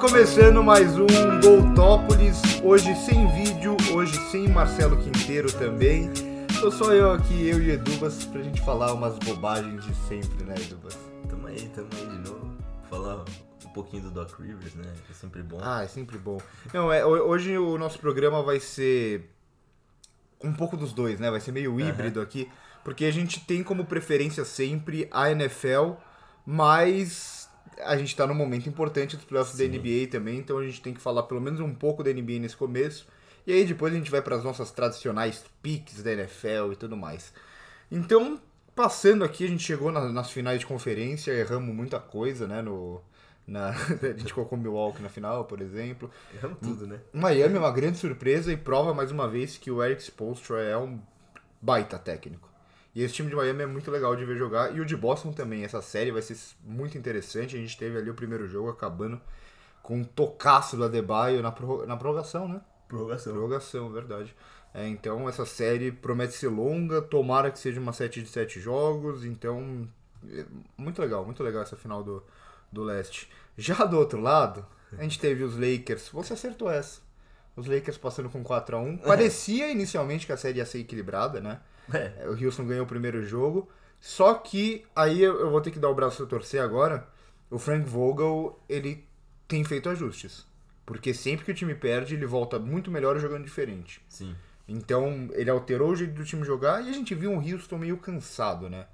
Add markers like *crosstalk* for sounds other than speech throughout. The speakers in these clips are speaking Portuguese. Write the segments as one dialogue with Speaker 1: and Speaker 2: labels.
Speaker 1: Começando mais um Goltópolis, hoje sem vídeo, hoje sem Marcelo Quinteiro também. Tô só eu aqui, eu e Edubas, pra gente falar umas bobagens de sempre, né, Edubas?
Speaker 2: Tamo aí, tamo aí de novo. Falar um pouquinho do Doc Rivers, né? Que é sempre bom.
Speaker 1: Ah, é sempre bom. Não, é, ho- hoje o nosso programa vai ser um pouco dos dois, né? Vai ser meio híbrido aqui, porque a gente tem como preferência sempre a NFL, mas a gente tá num momento importante dos playoffs da
Speaker 2: Sim.
Speaker 1: NBA também, então a gente tem que falar pelo menos um pouco da NBA nesse começo. E aí depois a gente vai para as nossas tradicionais piques da NFL e tudo mais. Então, passando aqui, a gente chegou na- nas finais de conferência, erramos muita coisa, né? No, na, *laughs* a gente colocou Milwaukee na final, por exemplo.
Speaker 2: Erramos tudo, né?
Speaker 1: Miami é uma grande surpresa e prova mais uma vez que o Eric Spoelstra é um baita técnico. E esse time de Miami é muito legal de ver jogar. E o de Boston também. Essa série vai ser muito interessante. A gente teve ali o primeiro jogo acabando com um tocaço do Adebayo na, prorro- na prorrogação, né?
Speaker 2: Prorrogação.
Speaker 1: Prorrogação, verdade. É, então essa série promete ser longa, tomara que seja uma série de sete jogos, então é muito legal, muito legal essa final do, do leste. Já do outro lado, a gente teve os Lakers, você acertou essa. Os Lakers passando com 4 a 1 Parecia inicialmente que a série ia ser equilibrada, né?
Speaker 2: É.
Speaker 1: É, O Houston ganhou o primeiro jogo. Só que aí eu eu vou ter que dar o braço a torcer agora. O Frank Vogel, ele tem feito ajustes. Porque sempre que o time perde, ele volta muito melhor jogando diferente.
Speaker 2: Sim.
Speaker 1: Então, ele alterou o jeito do time jogar e a gente viu um Houston meio cansado, né?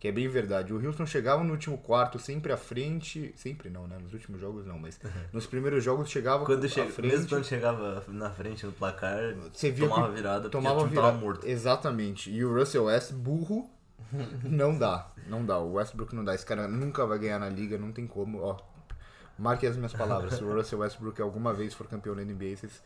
Speaker 1: Que é bem verdade. O Houston chegava no último quarto sempre à frente. Sempre não, né? Nos últimos jogos não, mas nos primeiros jogos chegava
Speaker 2: Uhum. Quando
Speaker 1: à
Speaker 2: chega,
Speaker 1: frente.
Speaker 2: mesmo quando chegava na frente no placar,
Speaker 1: Você via
Speaker 2: tomava
Speaker 1: que
Speaker 2: virada
Speaker 1: tomava
Speaker 2: porque o time
Speaker 1: virada.
Speaker 2: tava morto. *laughs*
Speaker 1: Exatamente. E o Russell West, burro, *laughs* não dá. Não dá. O Westbrook não dá. Esse cara nunca vai ganhar na liga, não tem como. Ó, marque as minhas palavras. Se o Russell Westbrook alguma vez for campeão da NBA, vocês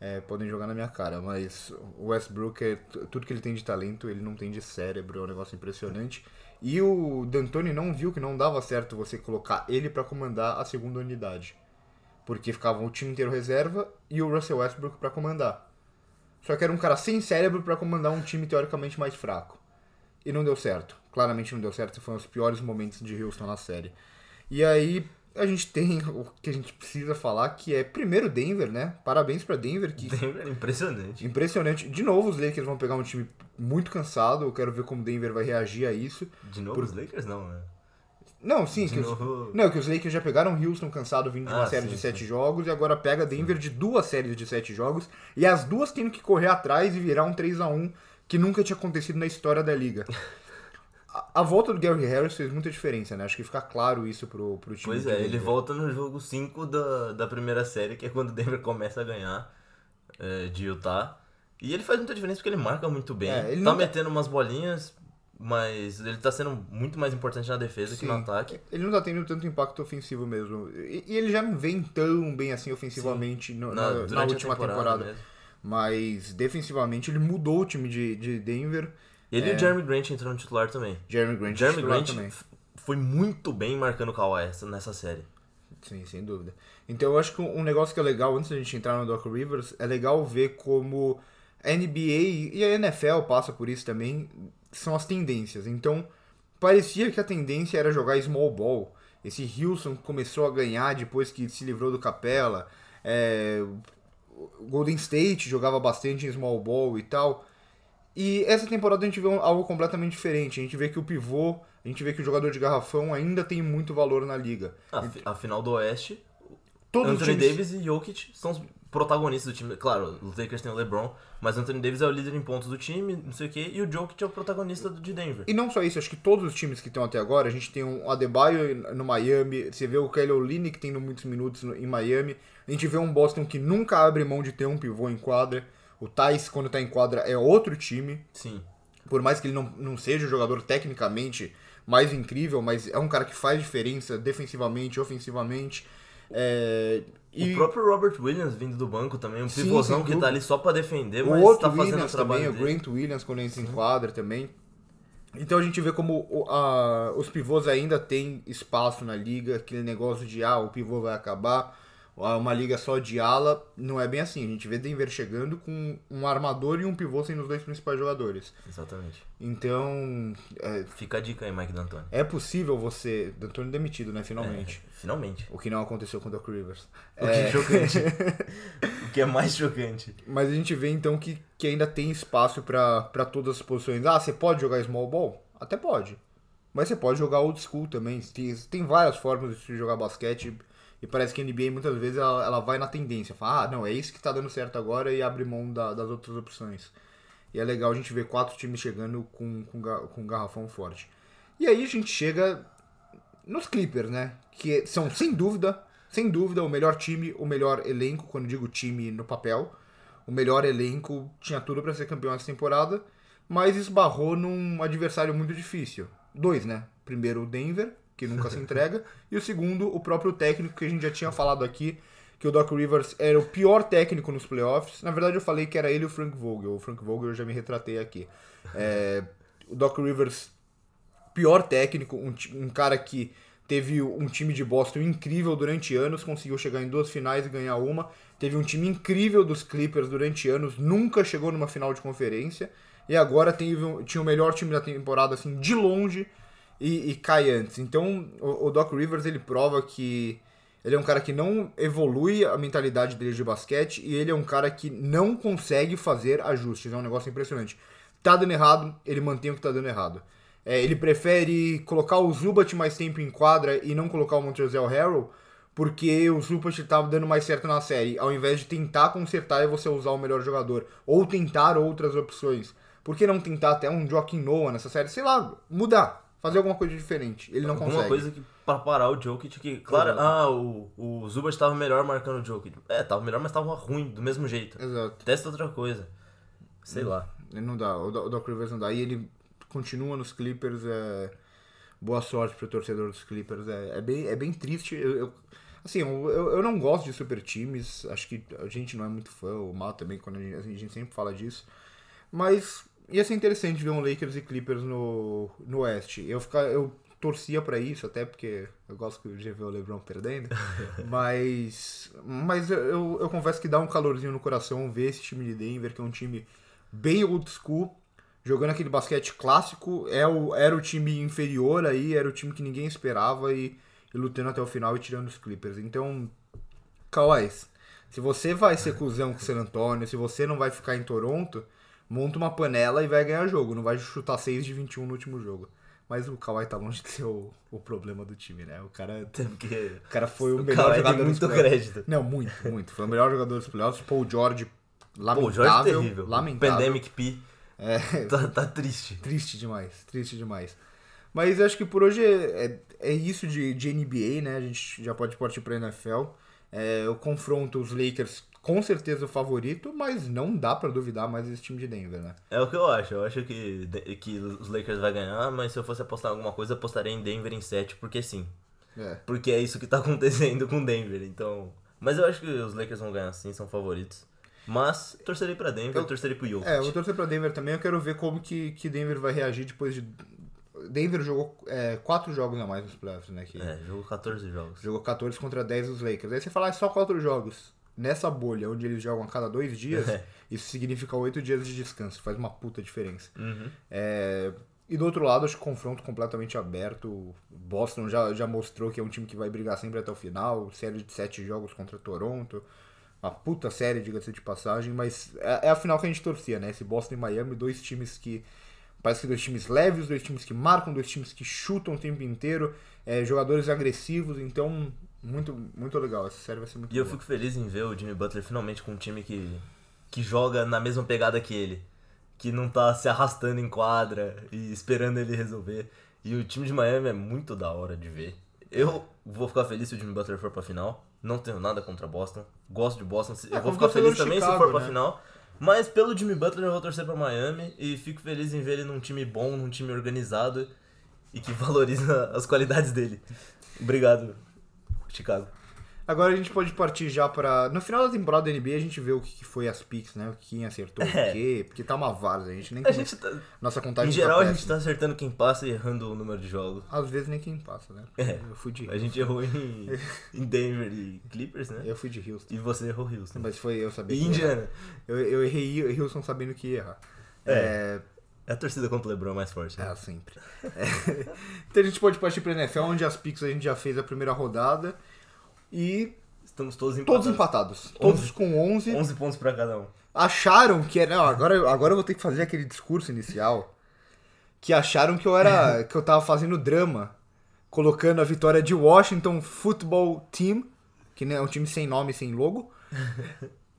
Speaker 1: é, podem jogar na minha cara. Mas o Westbrook, é, t- tudo que ele tem de talento, ele não tem de cérebro. É um negócio impressionante. E o D'Antoni não viu que não dava certo você colocar ele pra comandar a segunda unidade. Porque ficava o time inteiro reserva e o Russell Westbrook pra comandar. Só que era um cara sem cérebro pra comandar um time teoricamente mais fraco. E não deu certo. Claramente não deu certo. Foi um dos piores momentos de Houston na série. E aí a gente tem *laughs* o que a gente precisa falar, que é primeiro Denver, né? Parabéns pra Denver,
Speaker 2: *laughs*
Speaker 1: que
Speaker 2: Denver é impressionante.
Speaker 1: impressionante. De novo, os Lakers vão pegar um time muito cansado. Eu quero ver como Denver vai reagir a isso.
Speaker 2: De novo, os Lakers não, né?
Speaker 1: Não, sim,
Speaker 2: De
Speaker 1: que os,
Speaker 2: novo.
Speaker 1: não, é que os Lakers já pegaram Houston cansado vindo de uma
Speaker 2: Ah,
Speaker 1: série
Speaker 2: sim,
Speaker 1: de sete jogos e agora pega Denver de duas séries de sete jogos e as duas tendo que correr atrás e virar um 3 a 1 que nunca tinha acontecido na história da liga. A, a volta do Gary Harris fez muita diferença, né? Acho que fica claro isso pro, pro time.
Speaker 2: Pois
Speaker 1: de
Speaker 2: é, ele
Speaker 1: Denver.
Speaker 2: volta no jogo 5 da, da primeira série, que é quando o Denver começa a ganhar é, de Utah. E ele faz muita diferença porque ele marca muito bem.
Speaker 1: É, ele
Speaker 2: tá
Speaker 1: não tá-
Speaker 2: metendo umas bolinhas, mas ele tá sendo muito mais importante na defesa que no
Speaker 1: Sim.
Speaker 2: ataque.
Speaker 1: Ele não tá tendo tanto impacto ofensivo mesmo. E, e ele já não vem tão bem assim ofensivamente no- na, na
Speaker 2: durante a né?
Speaker 1: última temporada.
Speaker 2: mesmo.
Speaker 1: Mas defensivamente ele mudou o time de, de Denver.
Speaker 2: Ele e o Jeremy Grant entrou no titular também.
Speaker 1: Jeremy É. Grant
Speaker 2: Jeremy
Speaker 1: titular
Speaker 2: Grant
Speaker 1: também.
Speaker 2: f- foi muito bem marcando o Kawhi essa- nessa série.
Speaker 1: Sim, sem dúvida. Então eu acho que um negócio que é legal, antes da gente entrar no Doc Rivers, é legal ver como a NBA e a NFL passa por isso também, são as tendências. Então, parecia que a tendência era jogar small ball. Esse Houston começou a ganhar depois que se livrou do Capela. É, o Golden State jogava bastante em small ball e tal. E essa temporada a gente vê um- algo completamente diferente. A gente vê que o pivô, a gente vê que o jogador de garrafão ainda tem muito valor na liga.
Speaker 2: A, fi- a final do Oeste,
Speaker 1: Todos os
Speaker 2: Anthony
Speaker 1: times-
Speaker 2: Davis e Jokic são os protagonistas do time. Claro, os Lakers tem o LeBron, mas Anthony Davis é o líder em pontos do time, não sei o quê, e o Jokic é o protagonista do- de Denver.
Speaker 1: E não só isso, acho que todos os times que estão até agora, a gente tem um Adebayo no Miami, você vê o Kelly Olynyk que tendo muitos minutos no- em Miami, a gente vê um Boston que nunca abre mão de ter um pivô em quadra, o Thais quando tá em quadra é outro time,
Speaker 2: Sim.
Speaker 1: por mais que ele não, não seja o jogador tecnicamente mais incrível, mas é um cara que faz diferença defensivamente, ofensivamente, é, e
Speaker 2: O próprio Robert Williams vindo do banco também, um
Speaker 1: Sim,
Speaker 2: pivôzão
Speaker 1: sem
Speaker 2: que
Speaker 1: dúvida.
Speaker 2: tá ali só pra defender,
Speaker 1: o
Speaker 2: mas
Speaker 1: outro
Speaker 2: tá fazendo
Speaker 1: Williams
Speaker 2: o
Speaker 1: também,
Speaker 2: trabalho
Speaker 1: o
Speaker 2: dele.
Speaker 1: Grant Williams quando entra em quadra também. Então a gente vê como o- a- os pivôs ainda têm espaço na liga, aquele negócio de ah, o pivô vai acabar. uma liga só de ala, não é bem assim. A gente vê Denver chegando com um armador e um pivô sendo os dois principais jogadores.
Speaker 2: Exatamente.
Speaker 1: Então, é,
Speaker 2: Fica a dica aí, Mike D'Antoni.
Speaker 1: é possível você. D'Antoni demitido, né? Finalmente.
Speaker 2: É, finalmente.
Speaker 1: O que não aconteceu com o Doc Rivers.
Speaker 2: O que é
Speaker 1: *laughs*
Speaker 2: chocante. o que é mais chocante.
Speaker 1: Mas a gente vê então que, que ainda tem espaço pra pra todas as posições. Ah, você pode jogar small ball? Até pode. Mas você pode jogar old school também. Tem, tem várias formas de se jogar basquete. E parece que a NBA muitas vezes ela, ela vai na tendência. Fala, ah, não, é isso que tá dando certo agora e abre mão da- das outras opções. E é legal a gente ver quatro times chegando com, com, ga- com um garrafão forte. E aí a gente chega nos Clippers, né? Que são, sem dúvida, sem dúvida, o melhor time, o melhor elenco, quando digo time no papel, o melhor elenco tinha tudo pra ser campeão essa temporada, mas esbarrou num adversário muito difícil. Dois, né? Primeiro o Denver, que nunca se entrega, e o segundo, o próprio técnico que a gente já tinha falado aqui, que o Doc Rivers era o pior técnico nos playoffs. Na verdade, eu falei que era ele e o Frank Vogel. O Frank Vogel eu já me retratei aqui. É, o Doc Rivers pior técnico, um, ti- um cara que teve um time de Boston incrível durante anos, conseguiu chegar em duas finais e ganhar uma, teve um time incrível dos Clippers durante anos, nunca chegou numa final de conferência, e agora teve, um- tinha o melhor time da temporada, assim, de longe, e, e cai antes. Então, o, o Doc Rivers, ele prova que ele é um cara que não evolui a mentalidade dele de basquete, e ele é um cara que não consegue fazer ajustes, é um negócio impressionante. Tá dando errado, ele mantém o que tá dando errado. É, ele prefere colocar o Zubat mais tempo em quadra e não colocar o Montrezl Harrell, porque o Zubat tá dando mais certo na série, ao invés de tentar consertar e você usar o melhor jogador, ou tentar outras opções. Por que não tentar até um Joaquim Noah nessa série? Sei lá, mudar, fazer alguma coisa diferente. Ele não
Speaker 2: Alguma
Speaker 1: consegue.
Speaker 2: coisa que pra parar o Jokic que, claro,
Speaker 1: Exato.
Speaker 2: ah, o, o Zubat tava melhor marcando o Jokic. É, tava melhor, mas tava ruim, do mesmo jeito.
Speaker 1: Exato.
Speaker 2: Testa outra coisa. Sei lá.
Speaker 1: Ele Não dá, o Do- o Doc Rivers não dá. E ele continua nos Clippers. É... Boa sorte pro torcedor dos Clippers. É, é bem, é bem triste. Eu, eu- assim, eu, eu eu não gosto de super times. Acho que a gente não é muito fã, o mal também, quando a gente, a gente sempre fala disso. Mas ia ser interessante ver um Lakers e Clippers no, no Oeste. Eu, ficar, eu torcia pra isso, até porque eu gosto de ver o LeBron perdendo. mas mas eu- eu, eu confesso que dá um calorzinho no coração ver esse time de Denver, que é um time bem old school, jogando aquele basquete clássico. É o, era o time inferior aí, era o time que ninguém esperava e, e lutando até o final e tirando os Clippers. Então, Kawais, se você vai ser cuzão com o San Antonio, se você não vai ficar em Toronto, monta uma panela e vai ganhar jogo. Não vai chutar 6 de 21 no último jogo. Mas o Kawhi tá longe de ser o, o problema do time, né? O cara,
Speaker 2: Até porque
Speaker 1: o cara foi o,
Speaker 2: o
Speaker 1: melhor
Speaker 2: Kawhi
Speaker 1: jogador
Speaker 2: tem
Speaker 1: dos
Speaker 2: muito
Speaker 1: playoffs.
Speaker 2: crédito.
Speaker 1: Não, muito, muito. Foi o melhor jogador dos playoffs. Paul George, lamentável.
Speaker 2: Pô, o Jorge é terrível.
Speaker 1: Lamentável. É.
Speaker 2: Pandemic P. Tá, tá triste.
Speaker 1: Triste demais, triste demais. Mas acho que por hoje é, é- é isso de, de NBA, né? A gente já pode partir pra NFL. É, eu confronto os Lakers com certeza o favorito, mas não dá pra duvidar mais desse time de Denver, né?
Speaker 2: É o que eu acho. Eu acho que, que os Lakers vai ganhar, mas se eu fosse apostar em alguma coisa, eu apostaria em Denver em 7, porque sim.
Speaker 1: É.
Speaker 2: Porque é isso que tá *laughs* acontecendo com Denver, então. Mas eu acho que os Lakers vão ganhar sim, são favoritos. Mas torcerei pra Denver,
Speaker 1: Eu-
Speaker 2: torcerei pro Jokic.
Speaker 1: É, eu vou torcer pra Denver também. Eu quero ver como que, que Denver vai reagir depois de. Denver jogou é, quatro jogos a mais nos playoffs, né? Que
Speaker 2: É, jogo 14 jogos.
Speaker 1: Jogou 14 contra 10 dos Lakers. Aí você fala, "Ah, é só quatro jogos. Nessa bolha, onde eles jogam a cada dois dias,
Speaker 2: É.
Speaker 1: isso significa oito dias de descanso. Faz uma puta diferença.
Speaker 2: Uhum.
Speaker 1: É, E do outro lado, acho que confronto completamente aberto. O Boston já, já mostrou que é um time que vai brigar sempre até o final. Série de sete jogos contra Toronto. Uma puta série, diga-se de passagem. Mas é, é a final que a gente torcia, né? Esse Boston e Miami, dois times que. Parece que dois times leves, dois times que marcam, dois times que chutam o tempo inteiro, é, jogadores agressivos, então muito, muito legal. Essa série vai ser muito
Speaker 2: E eu
Speaker 1: boa.
Speaker 2: fico feliz em ver o Jimmy Butler finalmente com um time que, que joga na mesma pegada que ele. Que não tá se arrastando em quadra e esperando ele resolver. E o time de Miami é muito da hora de ver. Eu vou ficar feliz se o Jimmy Butler for pra final. Não tenho nada contra Boston. Gosto de Boston. Se-
Speaker 1: É,
Speaker 2: eu vou
Speaker 1: como
Speaker 2: ficar
Speaker 1: torcedor
Speaker 2: feliz
Speaker 1: de
Speaker 2: também se
Speaker 1: Chicago,
Speaker 2: for pra
Speaker 1: né?
Speaker 2: final. Mas pelo Jimmy Butler eu vou torcer pra Miami. E fico feliz em ver ele num time bom, num time organizado. *laughs* E que valoriza as qualidades dele. Obrigado, Chicago.
Speaker 1: Agora a gente pode partir já pra. No final da temporada da NBA a gente vê o que que foi as picks, né? Quem acertou
Speaker 2: *laughs* É.
Speaker 1: o quê. Porque tá uma várzea, a gente nem
Speaker 2: A
Speaker 1: começou.
Speaker 2: gente tá,
Speaker 1: Nossa contagem
Speaker 2: em geral,
Speaker 1: tá
Speaker 2: a gente
Speaker 1: péssima.
Speaker 2: tá acertando quem passa e errando o número de jogos.
Speaker 1: Às vezes nem quem passa, né?
Speaker 2: É.
Speaker 1: Eu fui de,
Speaker 2: A gente errou
Speaker 1: *laughs*
Speaker 2: em, em Denver e Clippers, né?
Speaker 1: eu fui de Houston.
Speaker 2: E você errou Houston.
Speaker 1: Mas foi eu sabendo.
Speaker 2: E
Speaker 1: que ia errar.
Speaker 2: Indiana.
Speaker 1: Eu, eu errei Houston sabendo que ia errar.
Speaker 2: É. É a torcida contra o LeBron mais forte.
Speaker 1: É,
Speaker 2: Né?
Speaker 1: é, sempre. É. *laughs* Então a gente pode partir pra NFL, onde as picks a gente já fez a primeira rodada. E
Speaker 2: Estamos todos empatados.
Speaker 1: todos empatados. Todos com 11.
Speaker 2: 11 pontos pra cada um.
Speaker 1: acharam que era. Não, agora, agora eu vou ter que fazer aquele discurso inicial. Que acharam que eu era. que eu tava fazendo drama. Colocando a vitória de Washington Football Team, que né, é um time sem nome, sem logo,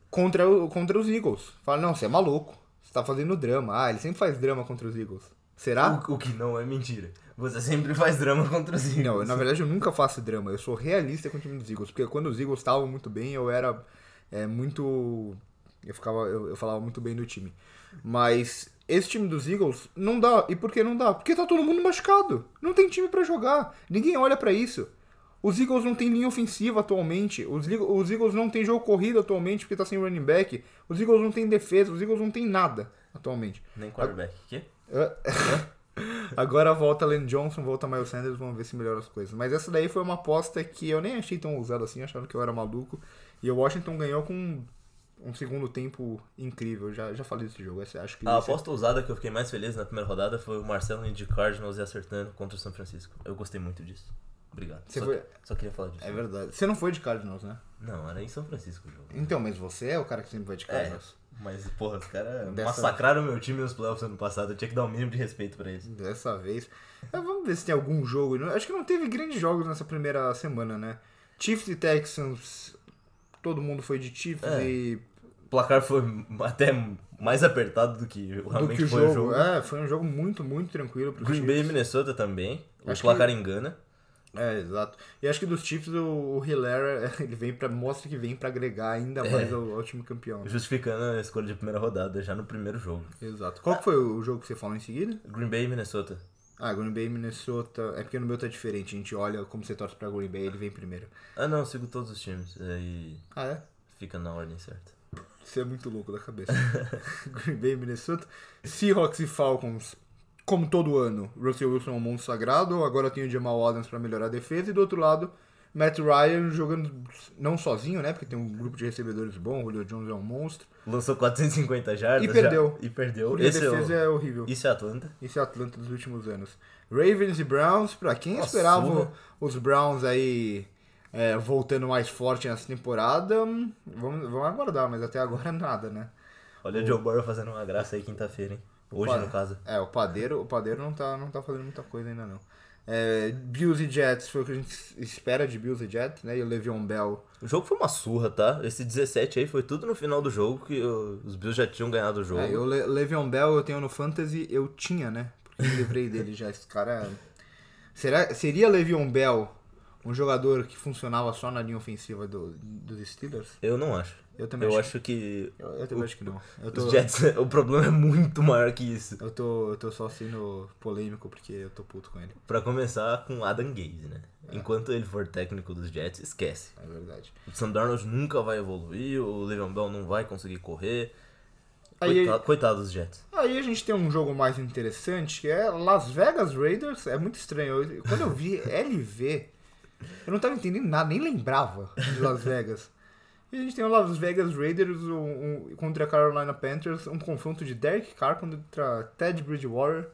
Speaker 1: contra, o- contra os Eagles. Falaram, não, você é maluco. Você tá fazendo drama. Ah, ele sempre faz drama contra os Eagles. Será?
Speaker 2: O, o que não é mentira. Você sempre faz drama contra os Eagles.
Speaker 1: Tá? *laughs* Não, na verdade eu nunca faço drama. Eu sou realista com o time dos Eagles. Porque quando os Eagles estavam muito bem, eu era é, muito. Eu, ficava, eu, eu falava muito bem do time. Mas esse time dos Eagles não dá. E por que não dá? Porque tá todo mundo machucado. Não tem time pra jogar. Ninguém olha pra isso. Os Eagles não tem linha ofensiva atualmente. Os, Eag- os Eagles não tem jogo corrido atualmente porque tá sem running back. Os Eagles não tem defesa. Os Eagles não tem nada atualmente.
Speaker 2: Nem quarterback. Quê?
Speaker 1: *laughs* Agora volta Len Johnson, volta Miles Sanders, vamos ver se melhora as coisas. Mas essa daí foi uma aposta que eu nem achei tão ousada assim, acharam que eu era maluco. E o Washington ganhou com um- um segundo tempo incrível. Já, já falei desse jogo, esse- acho que é
Speaker 2: A
Speaker 1: esse-
Speaker 2: Ah, aposta ousada que eu fiquei mais feliz na primeira rodada foi o Marcelo indo de Cardinals e acertando contra o São Francisco. Eu gostei muito disso. Obrigado.
Speaker 1: Você
Speaker 2: só,
Speaker 1: foi-
Speaker 2: que- só queria falar disso.
Speaker 1: É verdade. Você não foi de Cardinals, né?
Speaker 2: Não, era em São Francisco o jogo.
Speaker 1: Então, mas você é o cara que sempre vai de
Speaker 2: É,
Speaker 1: Cardinals.
Speaker 2: mas porra, os caras
Speaker 1: Dessa-
Speaker 2: massacraram meu time nos playoffs ano passado. Eu tinha que dar o mínimo de respeito pra eles.
Speaker 1: Dessa vez. Mas vamos ver se tem algum jogo. Acho que não teve grandes jogos nessa primeira semana, né? Chiefs e Texans, todo mundo foi de Chiefs
Speaker 2: É.
Speaker 1: e
Speaker 2: O placar foi até mais apertado do que
Speaker 1: do
Speaker 2: realmente
Speaker 1: que o
Speaker 2: foi
Speaker 1: jogo.
Speaker 2: o jogo.
Speaker 1: É, foi um jogo muito, muito tranquilo pro
Speaker 2: Green
Speaker 1: Chiefs.
Speaker 2: Bay e Minnesota também. O
Speaker 1: Acho
Speaker 2: placar engana.
Speaker 1: É, exato. E acho que dos Chiefs o, o Hilera, *laughs* ele vem para mostra que vem pra agregar ainda
Speaker 2: É.
Speaker 1: mais ao, ao time campeão. né?
Speaker 2: Justificando a escolha de primeira rodada já no primeiro jogo.
Speaker 1: Exato. Qual que foi o jogo que você falou em seguida?
Speaker 2: Green Bay e Minnesota.
Speaker 1: Ah, Green Bay e Minnesota. É porque no meu tá diferente. A gente olha como você torce pra Green Bay, ele vem primeiro.
Speaker 2: Ah não, eu sigo todos os times. Aí
Speaker 1: Ah, é?
Speaker 2: fica na ordem certa.
Speaker 1: Você é muito louco da cabeça. *laughs* Green Bay e Minnesota. Seahawks e Falcons. Como todo ano, Russell Wilson é um monstro sagrado. Agora tem o Jamal Adams pra melhorar a defesa. E do outro lado, Matt Ryan jogando não sozinho, né? Porque tem um grupo de recebedores bom. O Julio Jones é um monstro.
Speaker 2: Lançou 450 jardas.
Speaker 1: E perdeu.
Speaker 2: já- e perdeu.
Speaker 1: Cuja
Speaker 2: Esse é o-
Speaker 1: defesa é horrível.
Speaker 2: Isso é Atlanta.
Speaker 1: Esse é o Atlanta dos últimos anos. Ravens e Browns, pra quem
Speaker 2: Nossa, né?
Speaker 1: esperava
Speaker 2: surra.
Speaker 1: os Browns aí é, voltando mais forte nessa temporada, hum, vamos, vamos aguardar, mas até agora *laughs* nada, né?
Speaker 2: Olha o Joe Burrow fazendo uma graça aí quinta-feira, hein? Hoje,
Speaker 1: Opa.
Speaker 2: no caso.
Speaker 1: É, o Padeiro, o Padeiro não, tá, não tá fazendo muita coisa ainda não. É, Bills e Jets foi o que a gente espera de Bills e Jets, né? E o Le'Veon Bell.
Speaker 2: O jogo foi uma surra, tá? Esse 17 aí foi tudo no final do jogo, que o- os Bills já tinham ganhado o jogo.
Speaker 1: É, e o Le Le'Veon Bell eu tenho no Fantasy, eu tinha, né? Porque eu me livrei dele já. Esse cara. é Será, seria Le'Veon Bell um jogador que funcionava só na linha ofensiva do, dos Steelers?
Speaker 2: Eu não acho.
Speaker 1: Eu também
Speaker 2: Eu
Speaker 1: acho.
Speaker 2: acho que
Speaker 1: Eu, eu também acho que não. Eu tô,
Speaker 2: os Jets, *laughs* o problema é muito maior que isso.
Speaker 1: eu, tô, eu tô só sendo polêmico porque eu tô puto com ele.
Speaker 2: Pra começar com Adam Gaze, né? Enquanto ele for técnico dos Jets, esquece.
Speaker 1: É verdade.
Speaker 2: O Sam Darnold nunca vai evoluir, o Le'Veon Bell não vai conseguir correr.
Speaker 1: Aí-
Speaker 2: Coitado, coitado dos Jets.
Speaker 1: Aí a gente tem um jogo mais interessante que é Las Vegas Raiders. É muito estranho. Eu- quando eu vi LV, eu não tava entendendo nada, nem lembrava de Las Vegas. E a gente tem o Las Vegas Raiders um, um- contra a Carolina Panthers, um confronto de Derek Carr contra Ted Bridgewater,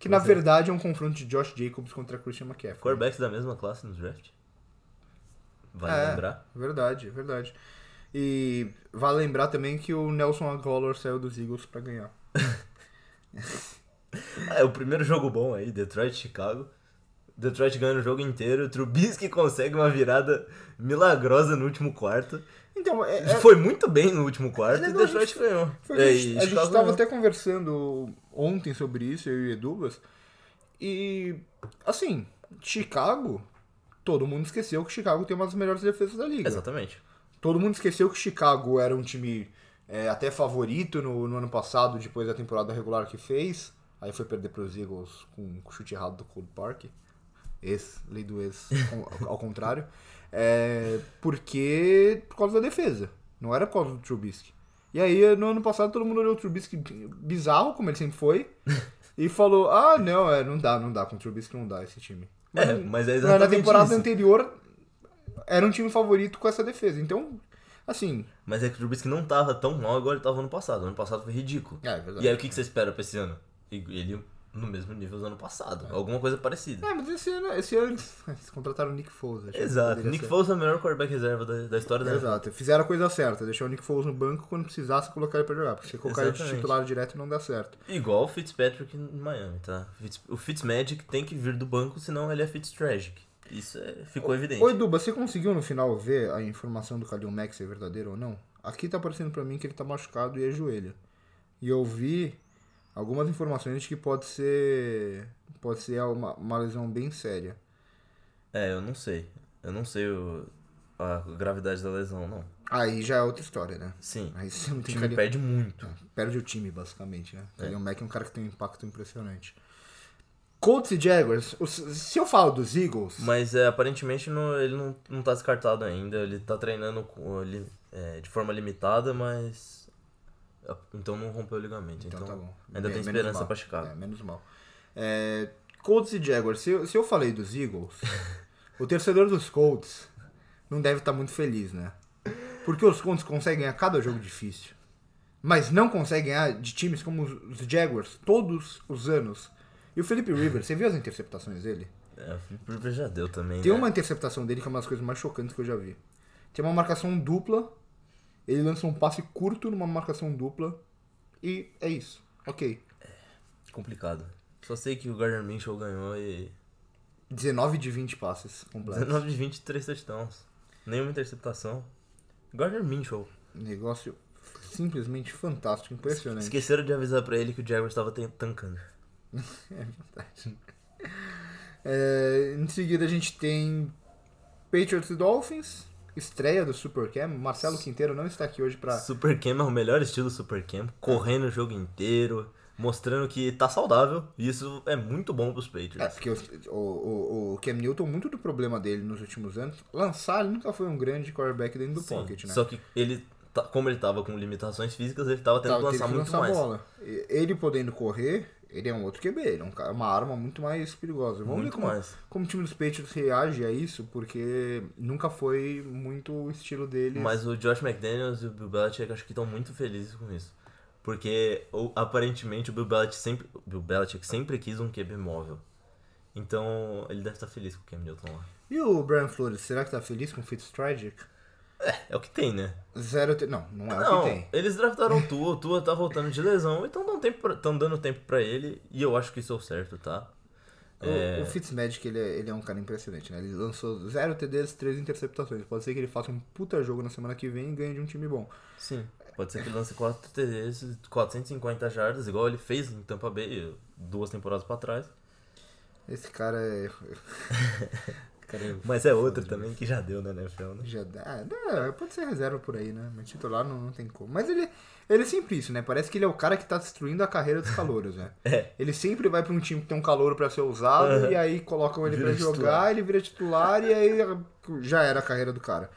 Speaker 1: que na verdade é um confronto de Josh Jacobs contra Christian McCaffrey.
Speaker 2: Quarterbacks da mesma classe no draft. Vai
Speaker 1: É.
Speaker 2: lembrar?
Speaker 1: Verdade, verdade. E vale lembrar também que o Nelson Aguilar saiu dos Eagles pra ganhar.
Speaker 2: Ah, É o primeiro jogo bom aí, Detroit e Chicago. Detroit ganha o jogo inteiro, Trubisky consegue uma virada milagrosa no último quarto.
Speaker 1: Então, é, é-
Speaker 2: Foi muito bem no último quarto
Speaker 1: É
Speaker 2: e
Speaker 1: legal,
Speaker 2: Detroit
Speaker 1: a gente-
Speaker 2: ganhou.
Speaker 1: Foi,
Speaker 2: É,
Speaker 1: a
Speaker 2: e
Speaker 1: gente, a gente
Speaker 2: Chicago
Speaker 1: tava
Speaker 2: ganhou.
Speaker 1: até conversando ontem sobre isso, eu e o Edubas. E, assim, Chicago, todo mundo esqueceu que Chicago tem uma das melhores defesas da liga.
Speaker 2: Exatamente.
Speaker 1: Todo mundo esqueceu que Chicago era um time é, até favorito no, no ano passado, depois da temporada regular que fez. Aí foi perder pros Eagles com um chute errado do Cold Park. Ex, lei do ex, com- ao contrário. *laughs* É, porque. Por causa da defesa. Não era por causa do Trubisky. E aí, no ano passado, todo mundo olhou o Trubisky bizarro, como ele sempre foi, e falou: ah, não, é, não dá, não dá, com o Trubisky não dá esse time.
Speaker 2: É,
Speaker 1: Mas
Speaker 2: mas é exatamente
Speaker 1: na temporada
Speaker 2: isso.
Speaker 1: anterior, era um time favorito com essa defesa. Então, assim.
Speaker 2: Mas é que o Trubisky não tava tão mal igual ele tava ano passado. Ano passado foi ridículo.
Speaker 1: É, é verdade.
Speaker 2: E aí o que, que você espera pra esse ano? Ele no mesmo nível do ano passado. Alguma coisa parecida.
Speaker 1: É, mas esse ano, esse ano eles eles contrataram o Nick Foles. acho que
Speaker 2: Exato.
Speaker 1: poderia
Speaker 2: Nick
Speaker 1: ser.
Speaker 2: né? Foles é o melhor quarterback reserva da, da história da
Speaker 1: Exato, fizeram a coisa certa, deixar o Nick Foles no banco quando precisasse colocar ele pra jogar, porque se colocar ele de
Speaker 2: Exatamente.
Speaker 1: titular direto não dá certo.
Speaker 2: Igual o Fitzpatrick em Miami, tá? Fitz- O Fitzmagic tem que vir do banco, senão ele é Fitztragic. Isso é- ficou evidente.
Speaker 1: Oi, Duba, você conseguiu no final ver a informação do Kalil Mack se é verdadeira ou não? Aqui tá aparecendo pra mim que ele tá machucado e é joelho. E eu vi algumas informações de que pode ser pode ser uma, uma lesão bem séria.
Speaker 2: É, eu não sei. Eu não sei o- a gravidade da lesão, não.
Speaker 1: Aí já é outra história, né?
Speaker 2: Sim,
Speaker 1: Aí você não
Speaker 2: o
Speaker 1: tem
Speaker 2: time
Speaker 1: Khalil-
Speaker 2: perde muito.
Speaker 1: Perde o time, basicamente, né? Khalil Mack é um cara que tem um impacto impressionante. Colts e Jaguars, os- se eu falo dos Eagles...
Speaker 2: Mas é, aparentemente não- ele não, não tá descartado ainda. Ele tá treinando com- li- é, de forma limitada, mas. Então não rompeu o ligamento. Então,
Speaker 1: Então, tá bom.
Speaker 2: ainda
Speaker 1: Me-
Speaker 2: tem
Speaker 1: menos
Speaker 2: esperança
Speaker 1: mal.
Speaker 2: pra Chicago.
Speaker 1: É, menos mal. É, Colts e Jaguars. Se, eu- se eu falei dos
Speaker 2: *laughs*
Speaker 1: Eagles, o torcedor dos Colts não deve estar muito feliz, né? Porque os Colts conseguem ganhar cada jogo difícil. Mas não conseguem ganhar de times como os os Jaguars todos os anos. E o Felipe Rivers, você viu as interceptações dele?
Speaker 2: É, o Flipper já deu também.
Speaker 1: Tem
Speaker 2: né?
Speaker 1: uma interceptação dele que é uma das coisas mais chocantes que eu já vi. Tem uma marcação dupla, ele lança um passe curto numa marcação dupla e é isso. Ok.
Speaker 2: Complicado. Só sei que o Gardner Minshew ganhou e
Speaker 1: 19 de 20 passes completos.
Speaker 2: 19 de 20, 3 touchdowns. Nenhuma interceptação. Gardner Minshew.
Speaker 1: Negócio simplesmente fantástico, impressionante.
Speaker 2: Esqueceram de avisar pra ele que o Jaguars tava ten- tancando.
Speaker 1: É, em seguida a gente tem Patriots e Dolphins, estreia do Supercam. Marcelo Quinteiro não está aqui hoje pra.
Speaker 2: Super Cam é o melhor estilo Super Cam, correndo o jogo inteiro, mostrando que tá saudável, e isso é muito bom pros
Speaker 1: É,
Speaker 2: Patriots.
Speaker 1: porque o, o, o- o Cam Newton, muito do problema dele nos últimos anos, lançar ele nunca foi um grande quarterback dentro do
Speaker 2: Sim,
Speaker 1: pocket, né?
Speaker 2: Só que ele, tá- como ele tava com limitações físicas, ele tava tendo
Speaker 1: Tava
Speaker 2: que lançar
Speaker 1: tendo que
Speaker 2: muito
Speaker 1: lançar
Speaker 2: mais.
Speaker 1: bola. E- Ele podendo correr, ele é um outro QB, ele é um cara- uma arma muito mais perigosa. Vamos ver
Speaker 2: Muito
Speaker 1: como, é.
Speaker 2: mais.
Speaker 1: como o time dos Patriots reage a isso, porque nunca foi muito o estilo dele.
Speaker 2: Mas o Josh McDaniels e o Bill Belichick acho que estão muito felizes com isso. Porque o- aparentemente o Bill Belichick sempre, o Bill Belichick sempre quis um QB móvel. Então ele deve estar feliz com o Cam Newton lá.
Speaker 1: E o Brian Flores, será que tá feliz com o Fitzpatrick?
Speaker 2: É o que tem, né?
Speaker 1: Zero. Te... Não, não é o
Speaker 2: Não,
Speaker 1: que tem.
Speaker 2: eles draftaram o Tua, o Tua tá voltando de lesão, então estão dando tempo pra ele, e eu acho que isso é o certo, tá?
Speaker 1: O- O, Fitzmagic, ele é, ele é um cara impressionante, né? Ele lançou zero TDs, três interceptações. Pode ser que ele faça um puta jogo na semana que vem e ganhe de um time bom.
Speaker 2: Sim. Pode ser que ele lance 4 TDs, 450 jardas, igual ele fez em Tampa Bay duas temporadas pra trás.
Speaker 1: Esse cara é. *laughs* cara é-
Speaker 2: Mas é outro também que já deu na NFL, né?
Speaker 1: Já dá. ah, não, pode ser reserva por aí, né? Mas titular não, não tem como. Mas ele, ele é sempre isso, né? Parece que ele é o cara que tá destruindo a carreira dos calouros, né?
Speaker 2: *laughs* É.
Speaker 1: Ele sempre vai pra um time que tem um calouro pra ser usado e aí colocam ele
Speaker 2: Vira
Speaker 1: pra jogar,
Speaker 2: titular.
Speaker 1: ele vira titular e aí já era a carreira do cara.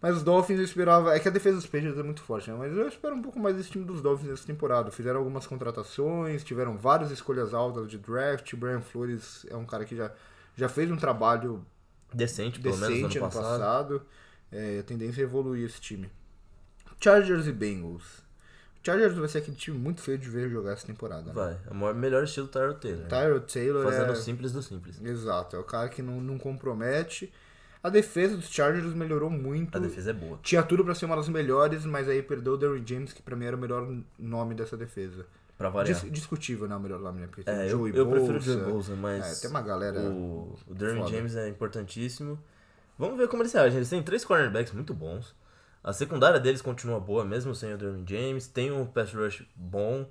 Speaker 1: Mas os Dolphins eu esperava. É que a defesa dos Patriots é muito forte, né? Mas eu espero um pouco mais desse time dos Dolphins nessa temporada. Fizeram algumas contratações, tiveram várias escolhas altas de draft. Brian Flores é um cara que já, já fez um trabalho
Speaker 2: Decente, pelo menos
Speaker 1: decente ano
Speaker 2: no ano passado.
Speaker 1: passado. É, a tendência é evoluir esse time. Chargers e Bengals. O Chargers vai ser aquele time muito feio de ver jogar essa temporada. Né?
Speaker 2: Vai, é o maior- melhor estilo Tyro Taylor. né?
Speaker 1: Tyrod Taylor
Speaker 2: Fazendo
Speaker 1: é...
Speaker 2: o simples do simples.
Speaker 1: Exato, é o cara que não, não compromete. A defesa dos Chargers melhorou muito.
Speaker 2: A defesa é boa.
Speaker 1: Tinha tudo pra ser uma das melhores, mas aí perdeu o Derry James, que pra mim era o melhor nome dessa defesa.
Speaker 2: Pra variar.
Speaker 1: Dis- discutível, né? O melhor nome, né? Porque tem
Speaker 2: É,
Speaker 1: o
Speaker 2: eu,
Speaker 1: Joey
Speaker 2: eu prefiro o
Speaker 1: Bosa.
Speaker 2: Joey Bolsa, mas.
Speaker 1: É, tem uma galera.
Speaker 2: O, o Derwin
Speaker 1: foda.
Speaker 2: James é importantíssimo. Vamos ver como eles reagem. Eles têm três cornerbacks muito bons. A secundária deles continua boa, mesmo sem o Derwin James. Tem um pass rush bom.